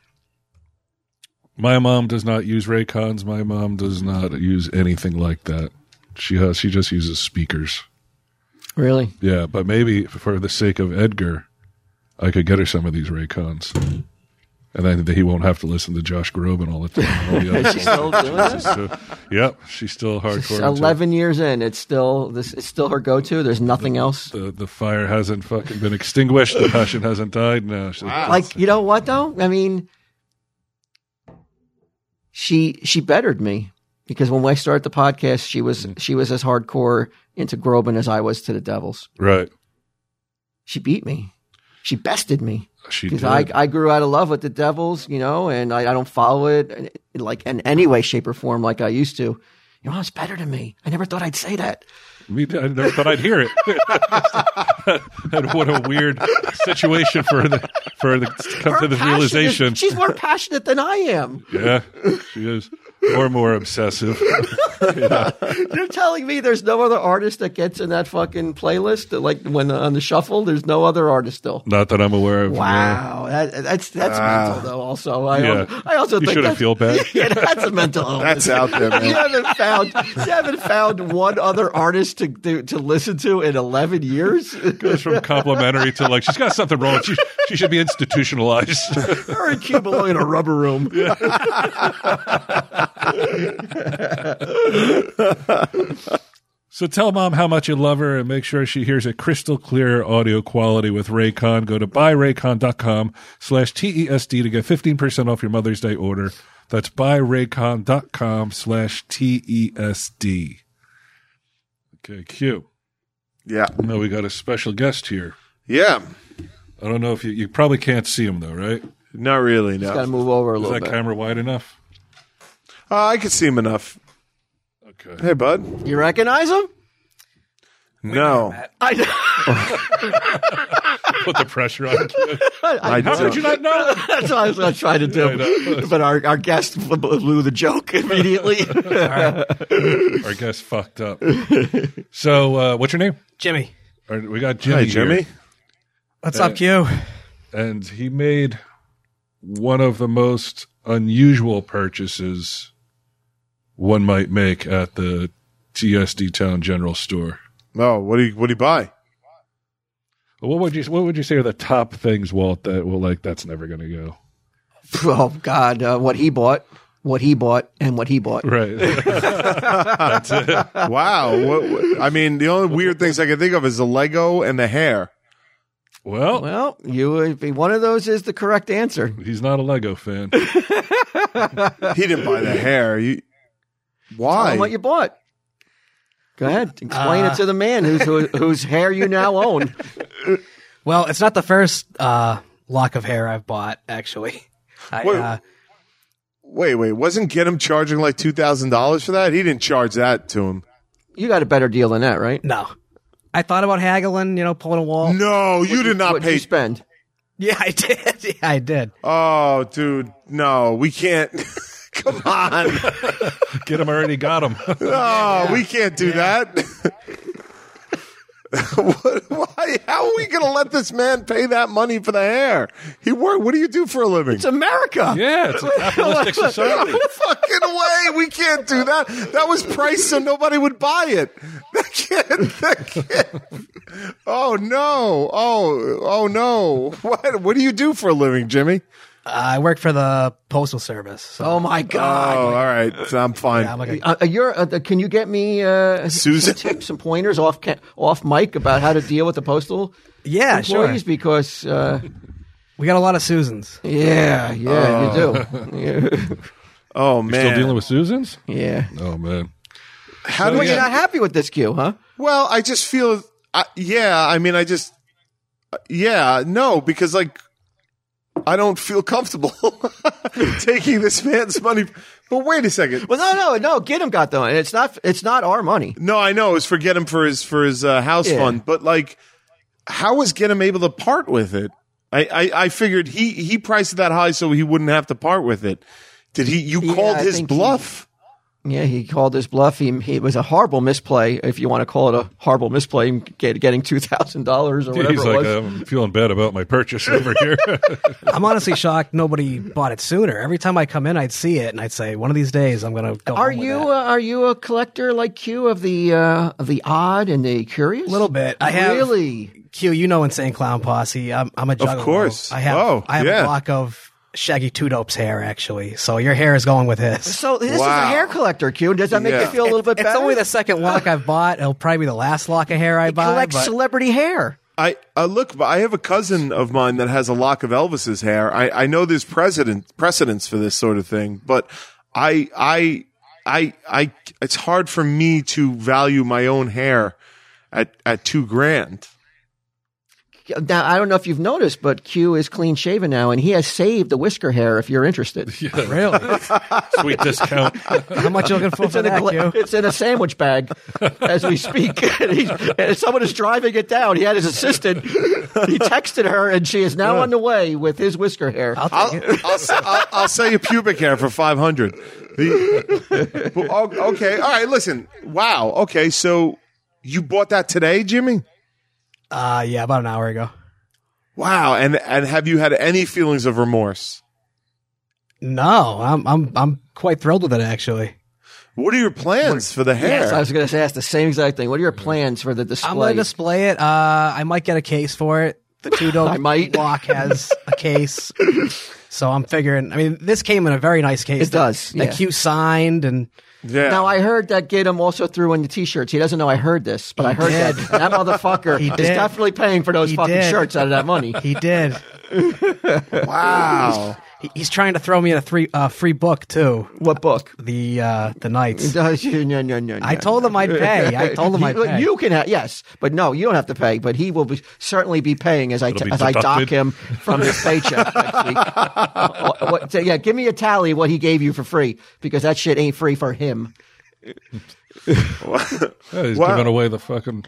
Speaker 3: my mom does not use Raycons. My mom does not use anything like that. She has, she just uses speakers.
Speaker 4: Really?
Speaker 3: Yeah, but maybe for the sake of Edgar, I could get her some of these Raycons, and then he won't have to listen to Josh Groban all the time. and
Speaker 4: [laughs]
Speaker 3: All the other
Speaker 4: Still doing it?
Speaker 3: so, yep, she's still hardcore. into it.
Speaker 4: Eleven years in, it's still this. It's still her go-to. There's nothing else.
Speaker 3: the the fire hasn't fucking been extinguished. The passion hasn't died. No, she-
Speaker 4: Like you know what though? I mean, she she bettered me because when I started the podcast, she was
Speaker 3: Mm-hmm.
Speaker 4: she was as hardcore into Groban as I was to the Devils.
Speaker 3: right.
Speaker 4: She beat me. She bested me.
Speaker 3: She did.
Speaker 4: because I, I grew out of love with the Devils, you know, and I, I don't follow it in- in like in any way, shape, or form like I used to. Your mom's better than me. I never thought I'd say that.
Speaker 3: Me too. I never thought I'd hear it. [laughs] and what a weird situation for the for the to come to
Speaker 4: Her
Speaker 3: the
Speaker 4: passion is-
Speaker 3: realization.
Speaker 4: she's
Speaker 3: [laughs]
Speaker 4: more passionate than I am.
Speaker 3: yeah, she is, or more obsessive.
Speaker 4: You're telling me there's no other artist that gets in that fucking playlist? that, Like when uh, on the shuffle, there's no other artist still.
Speaker 3: Not that I'm aware of.
Speaker 4: Wow, that, that's that's mental though. Also, I
Speaker 3: Ah. Yeah.
Speaker 4: al- I also
Speaker 3: You
Speaker 4: think
Speaker 3: shouldn't
Speaker 4: that's-
Speaker 3: feel bad.
Speaker 4: [laughs] Yeah, that's a mental
Speaker 1: [laughs]
Speaker 4: illness.
Speaker 1: That's out there, man.
Speaker 4: [laughs] You haven't found you haven't found one other artist to to, to listen to in eleven years. [laughs]
Speaker 3: Goes from complimentary to like she's got something wrong. She she should be institutionalized. [laughs]
Speaker 4: Her and Cuba Long in a rubber room.
Speaker 3: So tell mom how much you love her and make sure she hears a crystal clear audio quality with Raycon. Go to buyraycon.com slash TESD to get 15% off your Mother's Day order. That's buyraycon.com slash TESD. Okay, Q.
Speaker 1: Yeah.
Speaker 3: Now we got a special guest here.
Speaker 1: Yeah.
Speaker 3: I don't know if you, you probably can't see him though, right?
Speaker 1: Not really,
Speaker 4: Got to
Speaker 1: no.
Speaker 4: move over a
Speaker 3: Is
Speaker 4: little
Speaker 3: that
Speaker 4: bit.
Speaker 3: camera wide enough?
Speaker 1: Uh, I could see him enough.
Speaker 3: Okay.
Speaker 1: Hey, bud.
Speaker 4: You recognize him?
Speaker 1: No.
Speaker 4: I know.
Speaker 3: [laughs] Put the pressure [laughs] on.
Speaker 1: I
Speaker 3: how did
Speaker 1: don't.
Speaker 3: you not know?
Speaker 4: [laughs] That's what I was going to try to
Speaker 3: I know.
Speaker 4: do. But our, our guest bl- bl- blew the joke immediately.
Speaker 3: Our guest fucked up. So uh, what's your name?
Speaker 5: Jimmy.
Speaker 3: All right, we got Jimmy.
Speaker 1: Hi,
Speaker 3: here.
Speaker 1: Jimmy.
Speaker 5: What's up, Q?
Speaker 3: and he made one of the most unusual purchases one might make at the TSD Town General Store.
Speaker 1: No. Oh, what do you what do you
Speaker 4: [laughs]
Speaker 1: buy?
Speaker 3: What would you What would you say are the top things, Walt? That well, like that's never going to go
Speaker 4: [laughs] oh, God. Uh, what he bought, what he bought, and what he bought.
Speaker 3: right.
Speaker 1: Wow. What, what- I mean, the only weird things I can think of is the Lego and the hair.
Speaker 3: [laughs] well,
Speaker 4: Well, you would be one of those is the correct answer.
Speaker 3: he's not a Lego fan.
Speaker 1: He didn't buy the hair. You,
Speaker 4: Tell
Speaker 1: why?
Speaker 4: him what you bought. Go ahead. Explain it to the man whose, who, whose hair you now own.
Speaker 5: Well, it's not the first uh, lock of hair I've bought, actually. I,
Speaker 1: Wait.
Speaker 5: uh,
Speaker 1: wait, wait. Wasn't get him charging like two thousand dollars for that? He didn't charge that to him.
Speaker 4: You got a better deal than that, right?
Speaker 5: no. I thought about haggling, you know, pulling a wall.
Speaker 1: No, you did not
Speaker 4: What'd you
Speaker 1: pay.
Speaker 4: spend?
Speaker 5: [laughs] Yeah, I did. Yeah, I did. Uh,
Speaker 1: Oh, dude, no, we can't. [laughs] Come on,
Speaker 3: Get him already got him.
Speaker 1: no, we can't do that. [laughs] what, why? How are we going to let this man pay that money for the hair? He work. What do you do for a living?
Speaker 4: It's America.
Speaker 3: [laughs] yeah, it's a [laughs] capitalistic society.
Speaker 1: fucking way. We can't do that. That was priced so nobody would buy it. [laughs] That can't, that can't. Oh no. Oh oh no. What what do you do for a living, Jimmy?
Speaker 5: I worked for the postal service. So
Speaker 4: Oh, my
Speaker 3: Uh,
Speaker 4: God.
Speaker 1: Oh, all right. So I'm fine.
Speaker 5: I'm like, a,
Speaker 4: Uh, uh, you're, uh, can you get me uh,
Speaker 1: Susan?
Speaker 4: some tips and pointers off ca- off mic about how to deal with the postal
Speaker 5: yeah, sure.
Speaker 4: employees? Because uh,
Speaker 5: We got a lot of Susans.
Speaker 4: yeah, yeah, you do. [laughs]
Speaker 1: oh
Speaker 3: Still
Speaker 1: man.
Speaker 3: dealing with Susans?
Speaker 4: Yeah. yeah.
Speaker 3: Oh man.
Speaker 1: How do
Speaker 4: Well,
Speaker 1: we
Speaker 4: you're not happy with this cue, huh?
Speaker 1: Well, I just feel, I, yeah. I mean, I just, yeah, no, because [laughs] like, I don't feel comfortable taking this man's money. But wait a second.
Speaker 4: Well, no, no, no. Get him got the money. It's not. It's not our money.
Speaker 1: No, I know it's forget him for his for his uh, house
Speaker 4: Yeah.
Speaker 1: fund, but like, how was Get'em able to part with it? I, I I figured he he priced it that high so he wouldn't have to part with it. Did he? You
Speaker 4: Yeah,
Speaker 1: called
Speaker 4: I
Speaker 1: his
Speaker 4: think he-
Speaker 1: bluff.
Speaker 4: Yeah, he called his bluff. He, he- it was a horrible misplay, if you want to call it a horrible misplay. Get, getting two thousand dollars or whatever
Speaker 3: He's
Speaker 4: it
Speaker 3: like,
Speaker 4: was.
Speaker 3: I'm feeling bad about my purchase over
Speaker 4: [laughs]
Speaker 3: here.
Speaker 5: I'm honestly [laughs] shocked nobody bought it sooner. Every time I come in, I'd see it and I'd say, one of these days, I'm going to go.
Speaker 4: Are
Speaker 5: home with
Speaker 4: you
Speaker 5: that."
Speaker 4: uh, are you a collector like you of the uh, of the odd and the curious?
Speaker 5: Little bit. I have-
Speaker 4: really.
Speaker 5: Q, you know Insane Clown Posse. I'm, I'm a juggalo.
Speaker 1: course.
Speaker 5: I have,
Speaker 1: Oh,
Speaker 5: I have
Speaker 1: yeah.
Speaker 5: a block of Shaggy Two Dope's hair, actually. So your hair is going with his.
Speaker 4: So this is
Speaker 1: Wow.
Speaker 4: a hair collector, Q. Does that make
Speaker 1: Yeah.
Speaker 4: you feel a little bit
Speaker 5: it's
Speaker 4: better?
Speaker 5: only the second lock I've bought. It'll probably be the last lock of hair I
Speaker 4: he
Speaker 5: buy.
Speaker 4: collects
Speaker 5: but-
Speaker 4: celebrity hair.
Speaker 1: I uh, look, but I have a cousin of mine that has a lock of Elvis's hair. I, I know there's precedent precedence for this sort of thing, but I I I I it's hard for me to value my own hair at at two grand.
Speaker 4: Now I don't know if you've noticed, but Q is clean shaven now, and he has saved the whisker hair. If you're interested,
Speaker 5: [laughs] really?
Speaker 3: Sweet discount.
Speaker 5: How much you looking
Speaker 4: [laughs]
Speaker 5: for
Speaker 4: it's
Speaker 5: for
Speaker 4: in, a
Speaker 5: that,
Speaker 4: gla-
Speaker 5: Q?
Speaker 4: it's in a sandwich bag as we speak. [laughs] and, he's, and someone is driving it down. He had his assistant. He texted her, and she is now on the way with his whisker hair.
Speaker 5: I'll
Speaker 1: I'll,
Speaker 5: take it.
Speaker 1: I'll, s- I'll, I'll sell you pubic hair for 500. The- [laughs] But, oh, okay. All right. Listen. Wow. Okay. So you bought that today, Jimmy?
Speaker 5: Uh, yeah, about an hour ago.
Speaker 1: Wow. And, and have you had any feelings of remorse?
Speaker 5: No, I'm I'm I'm quite thrilled with it actually.
Speaker 1: What are your plans for the hair?
Speaker 4: Yes, I was going to ask the same exact thing. What are your plans for the display?
Speaker 5: I'm gonna display it. Uh, I might get a case for it. The
Speaker 4: [laughs]
Speaker 5: two dope
Speaker 4: I might.
Speaker 5: block has a
Speaker 4: [laughs]
Speaker 5: case, so I'm figuring. I mean, this came in a very nice case.
Speaker 4: It does,
Speaker 5: That,
Speaker 4: yeah.
Speaker 5: that Q signed, and
Speaker 1: yeah.
Speaker 4: now I heard that Gatum also threw in the t-shirts. He doesn't know I heard this, but I heard
Speaker 5: did.
Speaker 4: that that motherfucker
Speaker 5: [laughs] He
Speaker 4: is
Speaker 5: did.
Speaker 4: definitely paying for those
Speaker 5: He
Speaker 4: fucking
Speaker 5: did.
Speaker 4: shirts out of that money.
Speaker 5: [laughs] he did.
Speaker 1: [laughs] wow.
Speaker 5: He- He's trying to throw me in a three uh, free book too.
Speaker 4: what book?
Speaker 5: The uh, the Knights.
Speaker 4: No, no, no, no,
Speaker 5: [laughs] I told him I'd
Speaker 4: [laughs]
Speaker 5: pay. I told him I'd
Speaker 4: you,
Speaker 5: pay.
Speaker 4: you can have yes, but no, you don't have to pay. But he will be, certainly be paying as I
Speaker 3: It'll be
Speaker 4: as I dock
Speaker 3: deducted.
Speaker 4: him from his
Speaker 3: [laughs]
Speaker 4: paycheck. next week. What- what- so, yeah, give me a tally what he gave you for free because that shit ain't free for him.
Speaker 3: Yeah, he's
Speaker 1: Wow.
Speaker 3: giving away the fucking.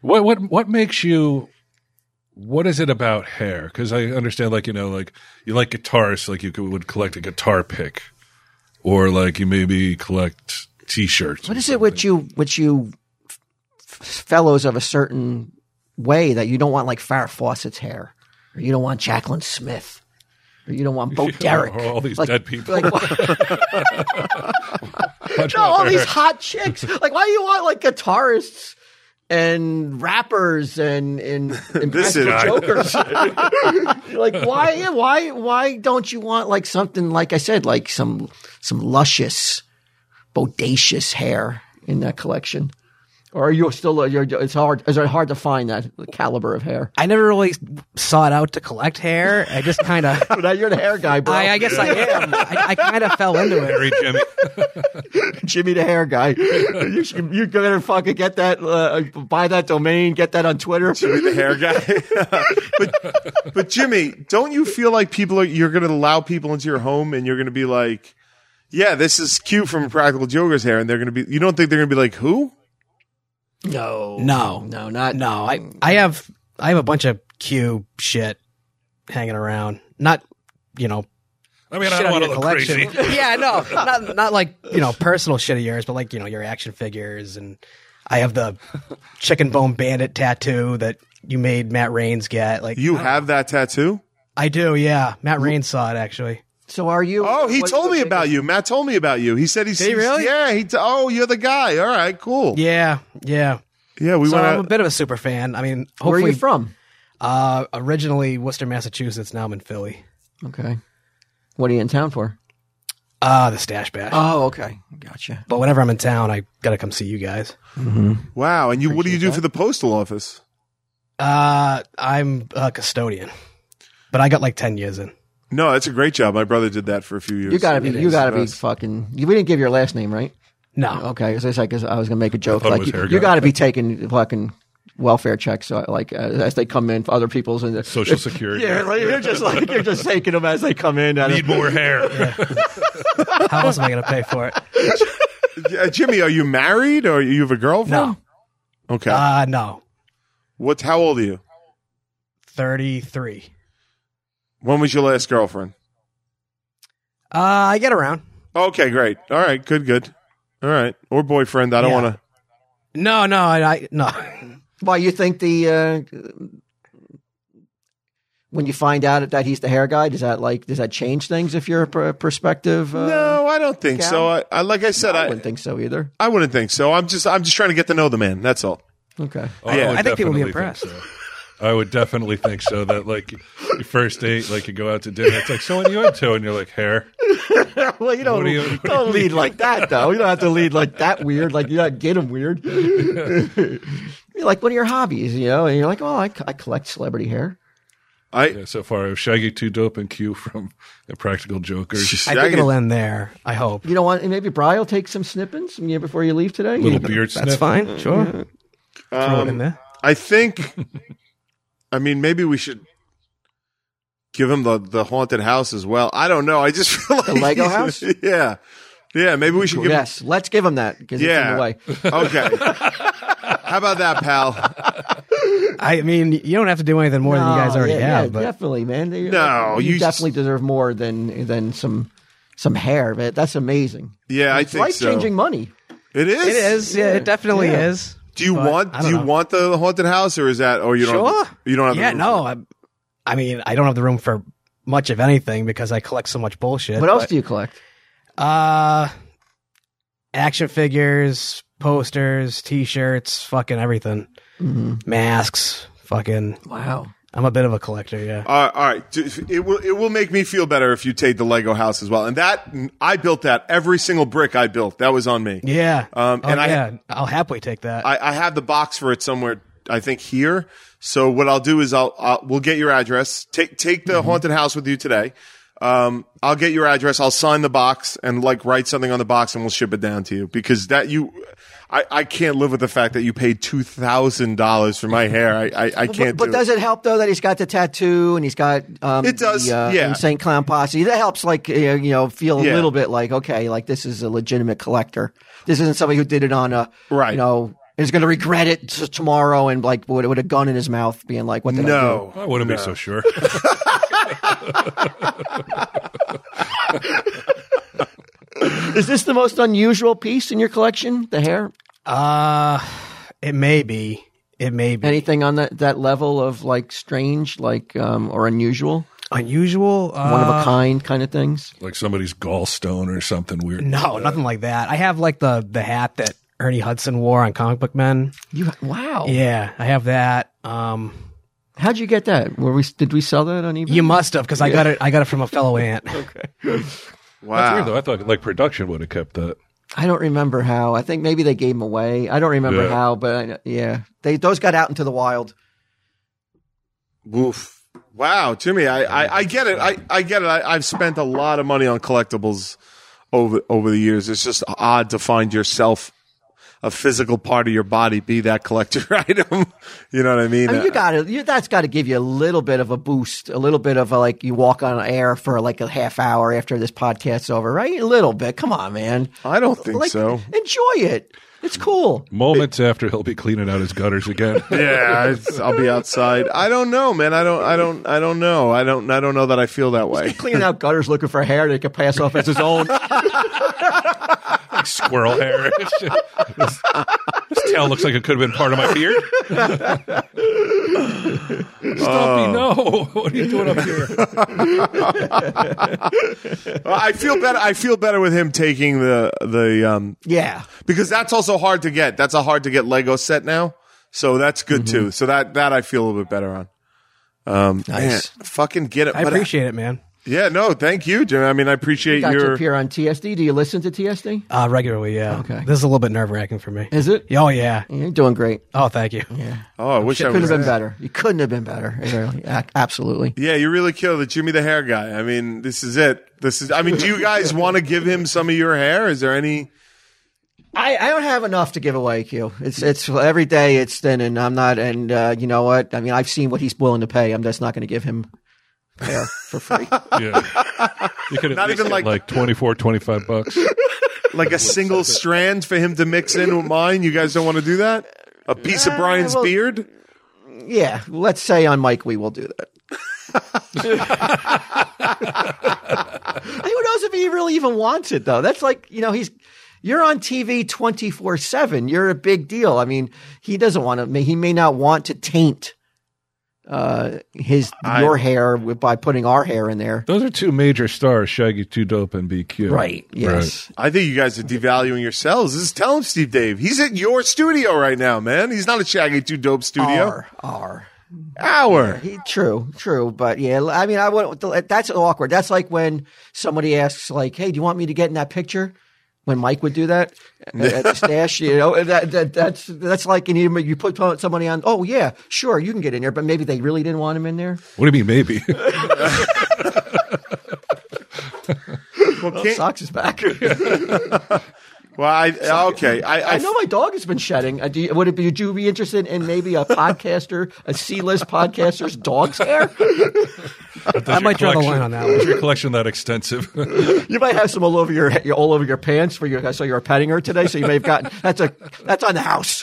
Speaker 3: What what what makes you? What is it about hair? Because I understand, like you know, like you like guitarists, like you could, would collect a guitar pick, or like you maybe collect T-shirts.
Speaker 4: What is it with you with you f- f- fellows of a certain way that you don't want like Farrah Fawcett's hair, or you don't want Jacqueline Smith, or you don't
Speaker 3: [laughs]
Speaker 4: want Bo Derek,
Speaker 3: Or all these
Speaker 4: Like-
Speaker 3: dead people.
Speaker 4: like.
Speaker 3: Much [laughs]
Speaker 4: No, all
Speaker 3: rather-
Speaker 4: these hot chicks. Like, why do you want like guitarists and rappers and and, and
Speaker 1: This is-
Speaker 4: practical jokers? like, why why why don't you want like something like I said, like some some luscious, bodacious hair in that collection? Or are you still? uh, You're, it's hard. Is it hard to find that caliber of hair? [laughs]
Speaker 5: I never really sought out to collect hair. I just kind of. [laughs]
Speaker 4: Now you're the hair guy, bro.
Speaker 5: I, I guess I am. I, I kind of fell into it.
Speaker 3: Harry Jimmy.
Speaker 4: [laughs] Jimmy the hair guy. You should, you better fucking get that. Uh, buy that domain. Get that on Twitter.
Speaker 1: the hair guy. [laughs] but, but Jimmy, don't you feel like people are you're going to allow people into your home and you're going to be like, yeah, this is cute from Practical Joker's hair, and they're going to be. You don't think they're going to be like, who?
Speaker 4: No,
Speaker 5: No.
Speaker 4: no, not
Speaker 5: No, I I have I have a bunch of Q shit hanging around. Not you know
Speaker 3: I mean, I don't
Speaker 5: shit out
Speaker 3: want
Speaker 5: of
Speaker 3: to
Speaker 5: your
Speaker 3: look
Speaker 5: collection.
Speaker 3: crazy.
Speaker 5: [laughs] yeah, no, not not like you know personal shit of yours, but like you know your action figures and I have the chicken bone bandit tattoo that you made Matt Rains get. Like
Speaker 1: You have that tattoo?
Speaker 5: I do, yeah. Matt Rains saw it actually.
Speaker 4: So are you?
Speaker 1: Oh, he
Speaker 4: what-
Speaker 1: told me about you. Matt told me about you. He said he.
Speaker 5: he really?
Speaker 1: Yeah. He. T- oh, you're the guy. All right. Cool. Yeah.
Speaker 5: Yeah, yeah.
Speaker 1: we
Speaker 5: So I'm a
Speaker 1: want to.
Speaker 5: bit of a super fan. I mean, hopefully,
Speaker 4: Where are you from?
Speaker 5: Uh, originally Worcester, Massachusetts. Now I'm in Philly.
Speaker 4: Okay. What are you in town for?
Speaker 5: Ah, the stash bash.
Speaker 4: Oh, okay. Gotcha.
Speaker 5: but whenever I'm in town, I gotta come see you guys.
Speaker 1: Wow. And you. What do you do for the postal office?
Speaker 5: Uh, I'm a custodian, but I got like ten years in.
Speaker 1: No, that's a great job. My brother did that for a few years.
Speaker 4: You gotta be.
Speaker 1: It
Speaker 4: You
Speaker 1: is
Speaker 4: gotta
Speaker 1: the
Speaker 4: be
Speaker 1: best.
Speaker 4: fucking. You, we didn't give your last name, right?
Speaker 5: No,
Speaker 4: Okay. Because I, was- 'cause I was gonna make a joke.
Speaker 3: thought it
Speaker 4: Like
Speaker 3: was
Speaker 4: you,
Speaker 3: hair
Speaker 4: you
Speaker 3: guy.
Speaker 4: gotta be taking fucking welfare checks, uh, like uh, as they come in for other people's and the- [laughs]
Speaker 3: Social Security.
Speaker 4: Yeah, like, they're just like they're just taking them as they come in. uh, out of-
Speaker 3: Need more hair.
Speaker 4: Oh.
Speaker 5: [laughs] How else am I going to pay for
Speaker 4: [laughs]
Speaker 5: it?
Speaker 1: Uh, Jimmy, are you married or you have a girlfriend?
Speaker 5: No.
Speaker 1: Okay.
Speaker 5: Uh, no.
Speaker 1: What's how old are you?
Speaker 5: 33.
Speaker 1: When was your last girlfriend?
Speaker 5: Uh, I get around.
Speaker 1: Okay, great. All right, good, good. All right, or boyfriend. I don't
Speaker 5: Yeah.
Speaker 1: want to.
Speaker 5: No, no, I, I no.
Speaker 4: Why you think the uh, when you find out that he's the hair guy, does that like does that change things if you're a pr- perspective? Uh,
Speaker 1: No, I don't think so. I, I like I said,
Speaker 4: I
Speaker 1: I,
Speaker 4: wouldn't think so either.
Speaker 1: I wouldn't think so. I'm just I'm just trying to get to know the man. That's all.
Speaker 4: Okay.
Speaker 1: Yeah.
Speaker 5: I think people will
Speaker 3: Oh,
Speaker 5: be
Speaker 3: definitely think so. I would definitely think so. That like your first date, like you go out to dinner, it's like so when you into, and you're like hair.
Speaker 4: [laughs] well, [laughs] you don't
Speaker 3: do you- what
Speaker 4: don't lead like that though. You don't have to lead like that weird. Like you don't get him weird. you're like, what are your hobbies? You know, and you're like, well, I, co- I collect celebrity hair.
Speaker 1: I
Speaker 3: Yeah, so far, I have Shaggy, Two Dope, and Q from Impractical Jokers.
Speaker 5: I think it'll end there. I hope.
Speaker 4: You know what? And maybe Bri will take some snippets you know, before you leave today.
Speaker 3: [laughs] Little beard
Speaker 5: [laughs] That's
Speaker 3: snip.
Speaker 5: fine. Sure. Throw
Speaker 1: um,
Speaker 5: it in there.
Speaker 1: I think. I mean, maybe we should give him the the haunted house as well. I don't know. I just [laughs] feel like
Speaker 4: The Lego house?
Speaker 1: Yeah, yeah. Maybe we should give.
Speaker 4: yes, let's give him that because it's in
Speaker 1: Yeah.
Speaker 4: the way.
Speaker 1: Okay. How about that, pal?
Speaker 5: I mean, you don't have to do anything more than you guys
Speaker 4: No,
Speaker 5: already
Speaker 4: yeah,
Speaker 5: have.
Speaker 4: yeah,
Speaker 5: but
Speaker 4: definitely, man. They-
Speaker 1: No,
Speaker 4: you,
Speaker 1: you
Speaker 4: definitely
Speaker 1: just-
Speaker 4: deserve more than than some some hair. But that's amazing.
Speaker 1: Yeah, I
Speaker 4: It's
Speaker 1: think
Speaker 4: life
Speaker 1: so.
Speaker 4: changing money.
Speaker 1: It is.
Speaker 5: it is. Yeah, it definitely
Speaker 4: Yeah.
Speaker 5: is.
Speaker 1: Do you
Speaker 5: But
Speaker 1: want?
Speaker 5: I
Speaker 1: Do
Speaker 5: don't
Speaker 1: you
Speaker 5: know.
Speaker 1: want the haunted house, or is that? Or you
Speaker 5: Sure.
Speaker 1: don't? You don't have.
Speaker 5: Yeah.
Speaker 1: the
Speaker 5: No. I, I mean, I don't have the room for much of anything because I collect so much bullshit.
Speaker 4: What else
Speaker 5: but-
Speaker 4: do you collect?
Speaker 5: Uh, action figures, posters, t-shirts, fucking everything.
Speaker 4: Mm-hmm.
Speaker 5: Masks, fucking.
Speaker 4: Wow.
Speaker 5: I'm a bit of a collector. Yeah.
Speaker 1: All right, all right. D- It will it will make me feel better if you take the Lego house as well. And that I built that every single brick I built that was on me.
Speaker 5: Yeah.
Speaker 1: Um,
Speaker 5: Oh,
Speaker 1: and I-
Speaker 5: yeah. I'll happily take that.
Speaker 1: I, I have the box for it somewhere. I think here. So what I'll do is I'll, I'll we'll get your address. Take take
Speaker 3: Mm-hmm.
Speaker 1: the haunted house with you today. Um, I'll get your address. I'll sign the box and like write something on the box, and we'll ship it down to you because that you. I, I can't live with the fact that you paid two thousand dollars for my hair. I I, I can't.
Speaker 4: But, but
Speaker 1: do
Speaker 4: does it help though that he's got the tattoo and he's got um,
Speaker 1: It does,
Speaker 4: the, uh,
Speaker 1: yeah.
Speaker 4: insane clown posse that helps like you know, you know feel a
Speaker 1: Yeah.
Speaker 4: little bit like okay like this is a legitimate collector this isn't somebody who did it on a
Speaker 1: Right.
Speaker 4: you know is going to regret it t- tomorrow and like with, with a gun in his mouth being like what did I do
Speaker 1: No.
Speaker 3: I wouldn't be so sure. [laughs]
Speaker 4: is this the most unusual piece in your collection the hair
Speaker 5: Uh, it may be. It may be
Speaker 4: anything on that that level of like strange like um, or unusual
Speaker 5: unusual. Uh,
Speaker 4: one of a kind kind of things
Speaker 3: like somebody's gallstone or something weird.
Speaker 5: No, nothing like that. I have like the the hat that Ernie Hudson wore on Comic Book Men.
Speaker 4: you wow
Speaker 5: Yeah, I have that. Um,
Speaker 4: how'd you get that were we did we sell that on eBay
Speaker 5: you must have because I got it. I got it from a fellow aunt.
Speaker 3: That's weird
Speaker 1: Wow.
Speaker 3: though. I thought like production would have kept that.
Speaker 4: I don't remember how. I think maybe they gave them away. I don't remember
Speaker 3: Yeah.
Speaker 4: how, but I, know- yeah, they those got out into the wild.
Speaker 1: Woof. Wow, Jimmy. I, I, I get it. I, I get it. I, I've spent a lot of money on collectibles over over the years. It's just odd to find yourself a physical part of your body be that collector [laughs] item. you know what I mean?
Speaker 4: I mean, you got to that's got to give you a little bit of a boost, a little bit of a, like you walk on air for like a half hour after this podcast's over, right? A little bit. Come on, man.
Speaker 1: I don't think
Speaker 4: Like, [laughs]
Speaker 1: so.
Speaker 4: enjoy it. It's cool.
Speaker 3: Moments after he'll be cleaning out his gutters
Speaker 5: [laughs]
Speaker 3: again.
Speaker 1: Yeah, it's- I'll be outside. I don't know, man. I don't. I don't. I don't know. I don't. I don't know that I feel that
Speaker 4: [laughs]
Speaker 1: way.
Speaker 4: Cleaning out gutters, looking for hair that could pass off as
Speaker 1: [laughs]
Speaker 4: his own.
Speaker 3: Like squirrel hair. [laughs] It's just- this, this tail looks like it could have been part of my beard. Stumpy, no. [laughs] What are you doing up here?
Speaker 1: I feel better. I feel better with him taking the the um
Speaker 4: yeah,
Speaker 1: because that's also hard to get. That's a hard to get Lego set now, so that's good
Speaker 4: Mm-hmm.
Speaker 1: too. So that that I feel a little bit better on. Um,
Speaker 4: Nice.
Speaker 1: man, fucking get it.
Speaker 5: I
Speaker 1: but uh,
Speaker 5: appreciate it, man.
Speaker 1: yeah, no, thank you, Jimmy. I mean, I appreciate
Speaker 4: got you
Speaker 1: your.
Speaker 4: up here on TSD. Do you listen to TSD?
Speaker 5: Uh, regularly, yeah.
Speaker 4: Okay.
Speaker 5: This is a little bit nerve wracking for me.
Speaker 4: Is it?
Speaker 5: Oh yeah.
Speaker 4: You're doing great.
Speaker 5: Oh, thank you.
Speaker 1: oh, I wish I
Speaker 4: Couldn't
Speaker 1: was.
Speaker 4: have been better. You couldn't have been better. Really. A- Absolutely.
Speaker 1: Yeah, you really killed the Jimmy the hair guy. I mean,
Speaker 4: [laughs]
Speaker 1: this is it. This is. I mean, do you guys want to give him some of your hair? Is there any?
Speaker 4: I, I don't have enough to give away, Q. It's it's every day it's thin, and I'm not. And uh, you know what? I mean, I've seen what he's willing to pay. I'm just not going to give him a pair for free.
Speaker 3: Yeah. You could at
Speaker 1: Not
Speaker 3: least
Speaker 1: even
Speaker 3: get
Speaker 1: like-
Speaker 3: like, 24, 25 bucks.
Speaker 1: Like a single strand for him to mix in with mine. You guys don't want to do that? A piece of Brian's
Speaker 4: well-
Speaker 1: beard?
Speaker 4: yeah, let's say on Mike we will do that. Who knows if he really even wants it though? That's like you know he's you're on TV twenty four seven. You're a big deal. I mean, he doesn't want to. He may not want to taint uh his your hair with, by putting our hair in there.
Speaker 3: Those are two major stars, Shaggy Two Dope and BQ.
Speaker 4: Right. Yes.
Speaker 1: I think you guys are devaluing yourselves. This is tell him Steve Dave. He's at your studio right now, man. He's not a Shaggy Two Dope studio.
Speaker 4: R R.
Speaker 1: Our.
Speaker 4: He- True, true, but yeah, I mean, I would. That's awkward. That's like when somebody asks, like, "Hey, do you want me to get in that picture?" When Mike would do that at, at the stash, you know, and that, that that's that's like an email. You put somebody on. Oh yeah, sure, you can get in there, but maybe they really didn't want him in there.
Speaker 3: What do you mean, maybe?
Speaker 1: Well, can't-
Speaker 4: Socks is back.
Speaker 1: well, I, okay. I,
Speaker 4: I
Speaker 1: I,
Speaker 4: know my dog has been shedding. Uh, do you, would it be? Would you be interested in maybe a podcaster, a C-list podcaster's dog's hair?
Speaker 5: I might draw the line on that
Speaker 3: Is
Speaker 5: one.
Speaker 3: your collection that extensive?
Speaker 4: You might have some all over your, your all over your pants. For your, I saw you were petting her today, so you may have gotten [laughs] that's a that's on the house.
Speaker 5: [laughs]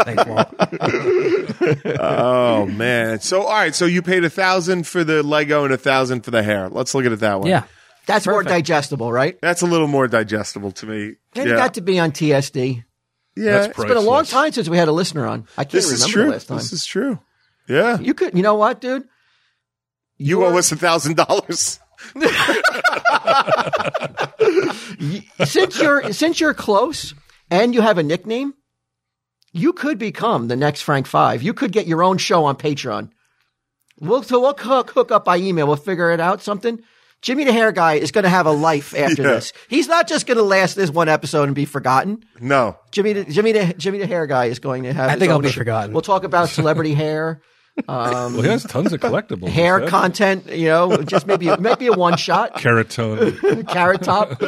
Speaker 5: Thanks,
Speaker 4: [laughs]
Speaker 5: Walt.
Speaker 1: oh man. So all right. So you paid a thousand for the Lego and a thousand for the hair. Let's look at it that way.
Speaker 5: Yeah.
Speaker 4: That's more digestible, right?
Speaker 1: That's a little more digestible to me.
Speaker 4: And
Speaker 1: yeah.
Speaker 4: it got to be on TSD.
Speaker 1: yeah.
Speaker 3: That's
Speaker 4: It's been a long
Speaker 3: priceless.
Speaker 4: time since we had a listener on. I can't
Speaker 1: this
Speaker 4: remember
Speaker 1: is true.
Speaker 4: last time.
Speaker 1: This is true. Yeah.
Speaker 4: you could, you know what, dude?
Speaker 1: You owe us a thousand dollars.
Speaker 4: Since you're since you're close and you have a nickname, you could become the next Frank Five. You could get your own show on Patreon. We'll so we'll hook, hook up by email. We'll figure it out. Something. Jimmy the Hair Guy is going to have a life after
Speaker 1: Yeah.
Speaker 4: this. He's not just going to last this one episode and be forgotten.
Speaker 1: No.
Speaker 4: Jimmy, the, Jimmy, the, Jimmy the hair guy is going to have.
Speaker 5: I
Speaker 4: his
Speaker 5: think I'll
Speaker 4: own
Speaker 5: be
Speaker 4: show.
Speaker 5: forgotten.
Speaker 4: We'll talk about celebrity [laughs] hair, um,
Speaker 3: well, he has tons of collectibles.
Speaker 4: hair
Speaker 3: Is that-
Speaker 4: content. You know, just maybe it might be a one shot [laughs]
Speaker 3: Keratone.
Speaker 4: carrot top,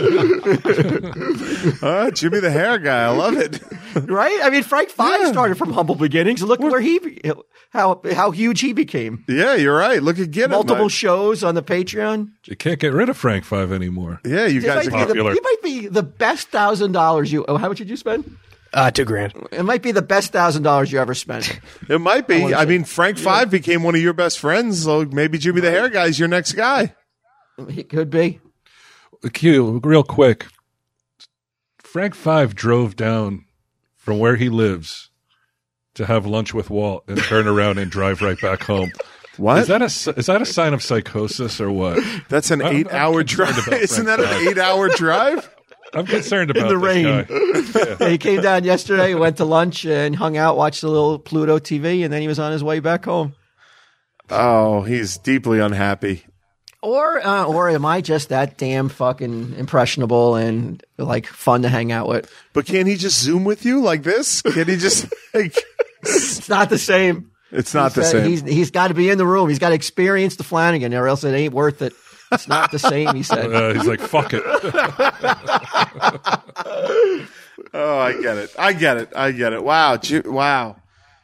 Speaker 1: All right, Uh, Jimmy the hair guy. I love it. [laughs]
Speaker 4: right? I mean, Frank Five started from humble beginnings. Look where he, be- how how huge he became.
Speaker 1: Yeah, you're right. Look at get him.
Speaker 4: Multiple
Speaker 1: I-
Speaker 4: shows on the Patreon.
Speaker 3: You can't get rid of Frank Five anymore.
Speaker 1: yeah, you
Speaker 4: He might,
Speaker 1: guys
Speaker 4: be
Speaker 1: are.
Speaker 4: the,
Speaker 3: popular.
Speaker 4: he might be the best thousand dollars you. Oh, how much did you spend?
Speaker 5: Uh, two grand.
Speaker 4: It might be the best thousand dollars you ever spent. [laughs]
Speaker 1: It might be. I, mean, Frank Five became one of your best friends, so maybe Jimmy the hair guy is your next guy.
Speaker 4: he could be.
Speaker 3: Q, real quick. Frank Five drove down from where he lives to have lunch with Walt and turn around and drive right
Speaker 4: [laughs]
Speaker 3: back home.
Speaker 1: What?
Speaker 3: Is that a s- is that a sign of psychosis or what?
Speaker 1: That's an
Speaker 3: I'm- I'm
Speaker 1: eight-hour
Speaker 3: concerned
Speaker 1: drive. [laughs]
Speaker 3: about
Speaker 1: Isn't that
Speaker 3: Frank
Speaker 1: an eight-hour drive?
Speaker 3: I'm concerned about
Speaker 4: the
Speaker 3: this
Speaker 4: rain.
Speaker 3: guy.
Speaker 4: Yeah, he came down yesterday, went to lunch and hung out, watched a little Pluto TV, and then he was on his way back home.
Speaker 1: [laughs] Oh, he's deeply unhappy.
Speaker 4: Or, uh, or am I just that damn fucking impressionable and like fun to hang out with?
Speaker 1: But can't he just zoom with you like this? Can he just [laughs] like?
Speaker 4: It's not the same.
Speaker 1: It's not the
Speaker 4: He's-
Speaker 1: same.
Speaker 4: He's he's got to be in the room. He's got to experience the Flanagan, or else it ain't worth it. It's not the same.
Speaker 1: [laughs]
Speaker 4: He said.
Speaker 3: Uh, he's like, fuck it.
Speaker 1: Oh, I get it. I get it. I get it. Wow. Ju- wow.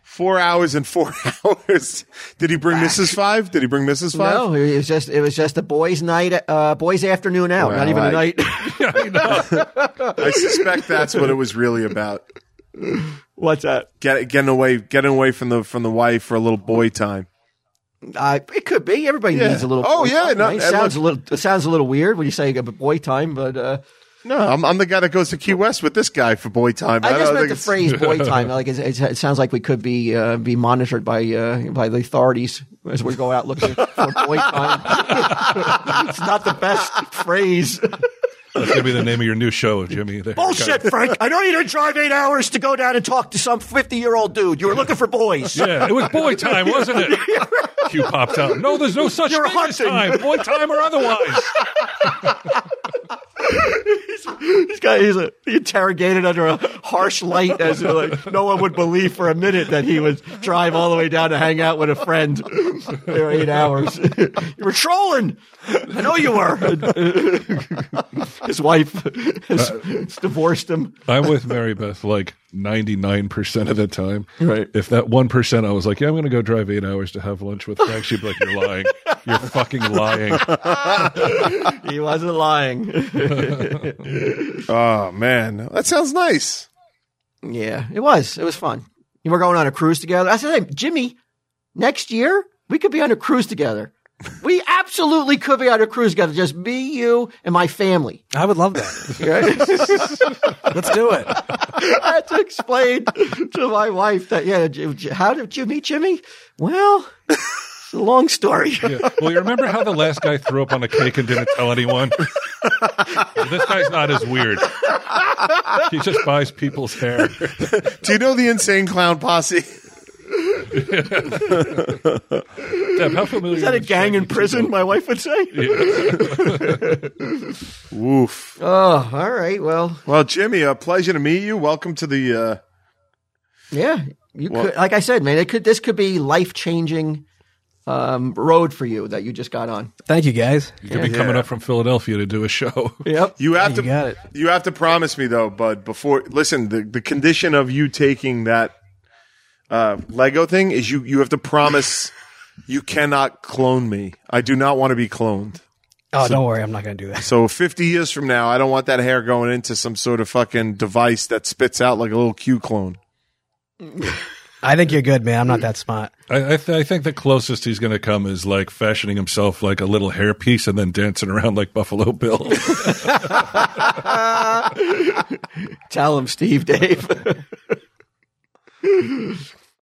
Speaker 1: Four hours and four [laughs] hours. Did he bring Mrs. Five? Did he bring Mrs. Five?
Speaker 4: No, it was just it was just a boys' night, uh, boys' afternoon out.
Speaker 1: Well,
Speaker 4: not even
Speaker 1: I-
Speaker 4: a night. [laughs]
Speaker 1: I suspect that's what it was really about.
Speaker 4: What's that?
Speaker 1: Get, getting away, getting away from the from the wife for a little boy time.
Speaker 4: Uh, it could be. Everybody
Speaker 1: Yeah.
Speaker 4: needs a little.
Speaker 1: Oh,
Speaker 4: boy
Speaker 1: yeah,
Speaker 4: time,
Speaker 1: no,
Speaker 4: right?
Speaker 1: and
Speaker 4: sounds a little. It sounds a little weird when you say you got boy time, but uh,
Speaker 1: No, I'm, I'm the guy that goes to Key West with this guy for boy time.
Speaker 4: I just
Speaker 1: don't
Speaker 4: meant the
Speaker 1: it's-
Speaker 4: phrase boy time. Like it's, it's, it sounds like we could be uh, be monitored by uh, by the authorities as we go out looking for boy time. [laughs] it's not the best phrase.
Speaker 3: That's gonna be the name of your new show, Jimmy. The
Speaker 4: Bullshit, Frank. I know you didn't drive eight hours to go down and talk to some fifty year old dude. You were looking for boys.
Speaker 3: Yeah, it was boy time, wasn't it?
Speaker 4: [laughs]
Speaker 3: Q pops out. No, there's no such
Speaker 4: You're
Speaker 3: thing as
Speaker 4: hunting.
Speaker 3: time. Boy time or otherwise.
Speaker 6: uh,
Speaker 4: This guy, he's a, he interrogated under a
Speaker 6: harsh light as uh, like, no one would believe for a minute that he would drive all the way down to hang out with a friend for eight hours. you were trolling. I know you were. his wife has, has divorced him.
Speaker 3: I'm with Mary Beth like 99% of the time.
Speaker 6: Right.
Speaker 3: If that 1% I was like, yeah, I'm going to go drive eight hours to have lunch with Frank, she'd be like, you're lying. You're fucking lying.
Speaker 6: He wasn't lying.
Speaker 1: Oh man, that sounds nice.
Speaker 4: Yeah, it was. It was fun. You were going on a cruise together. I said, hey, Jimmy, next year we could be on a cruise together. We absolutely could be on a cruise together. Just me, you, and my family.
Speaker 5: I would
Speaker 4: [laughs]
Speaker 5: love that. Let's do it.
Speaker 4: I had to explain to my wife that, yeah, J- J- how did you meet Jimmy? Well, it's a long story. [laughs]
Speaker 3: Yeah. Well, you remember how the last guy threw up on a cake and didn't tell anyone? Well, this guy's not as weird. He just buys people's hair.
Speaker 1: Do you know the insane clown posse? [laughs]
Speaker 3: Deb, how familiar
Speaker 6: Is that a gang in prison, my wife would say?
Speaker 1: Woof.
Speaker 4: Oh, all right. Well,
Speaker 1: Well, Jimmy, a pleasure to meet you. Welcome to the. Uh,
Speaker 4: yeah, you
Speaker 1: Well-
Speaker 4: could, like I said, man, it could, this could be life changing um, road for you that you just got on.
Speaker 5: Thank you, guys.
Speaker 3: You could be coming up from Philadelphia to do a show.
Speaker 4: Yep.
Speaker 1: you have to.
Speaker 5: you got it.
Speaker 1: you have to promise me though, Bud. Before listen, the the condition of you taking that uh, Lego thing is you you have to promise you cannot clone me. I do not want to be cloned.
Speaker 5: Oh, don't worry. I'm not going to do that.
Speaker 1: So 50 years from now, I don't want that hair going into some sort of fucking device that spits out like a little Q clone.
Speaker 5: I think you're good, man. I'm not that smart.
Speaker 3: I, I, th- I think the closest he's going to come is like fashioning himself like a little hairpiece and then dancing around like Buffalo Bill.
Speaker 4: Tell him, Steve, Dave.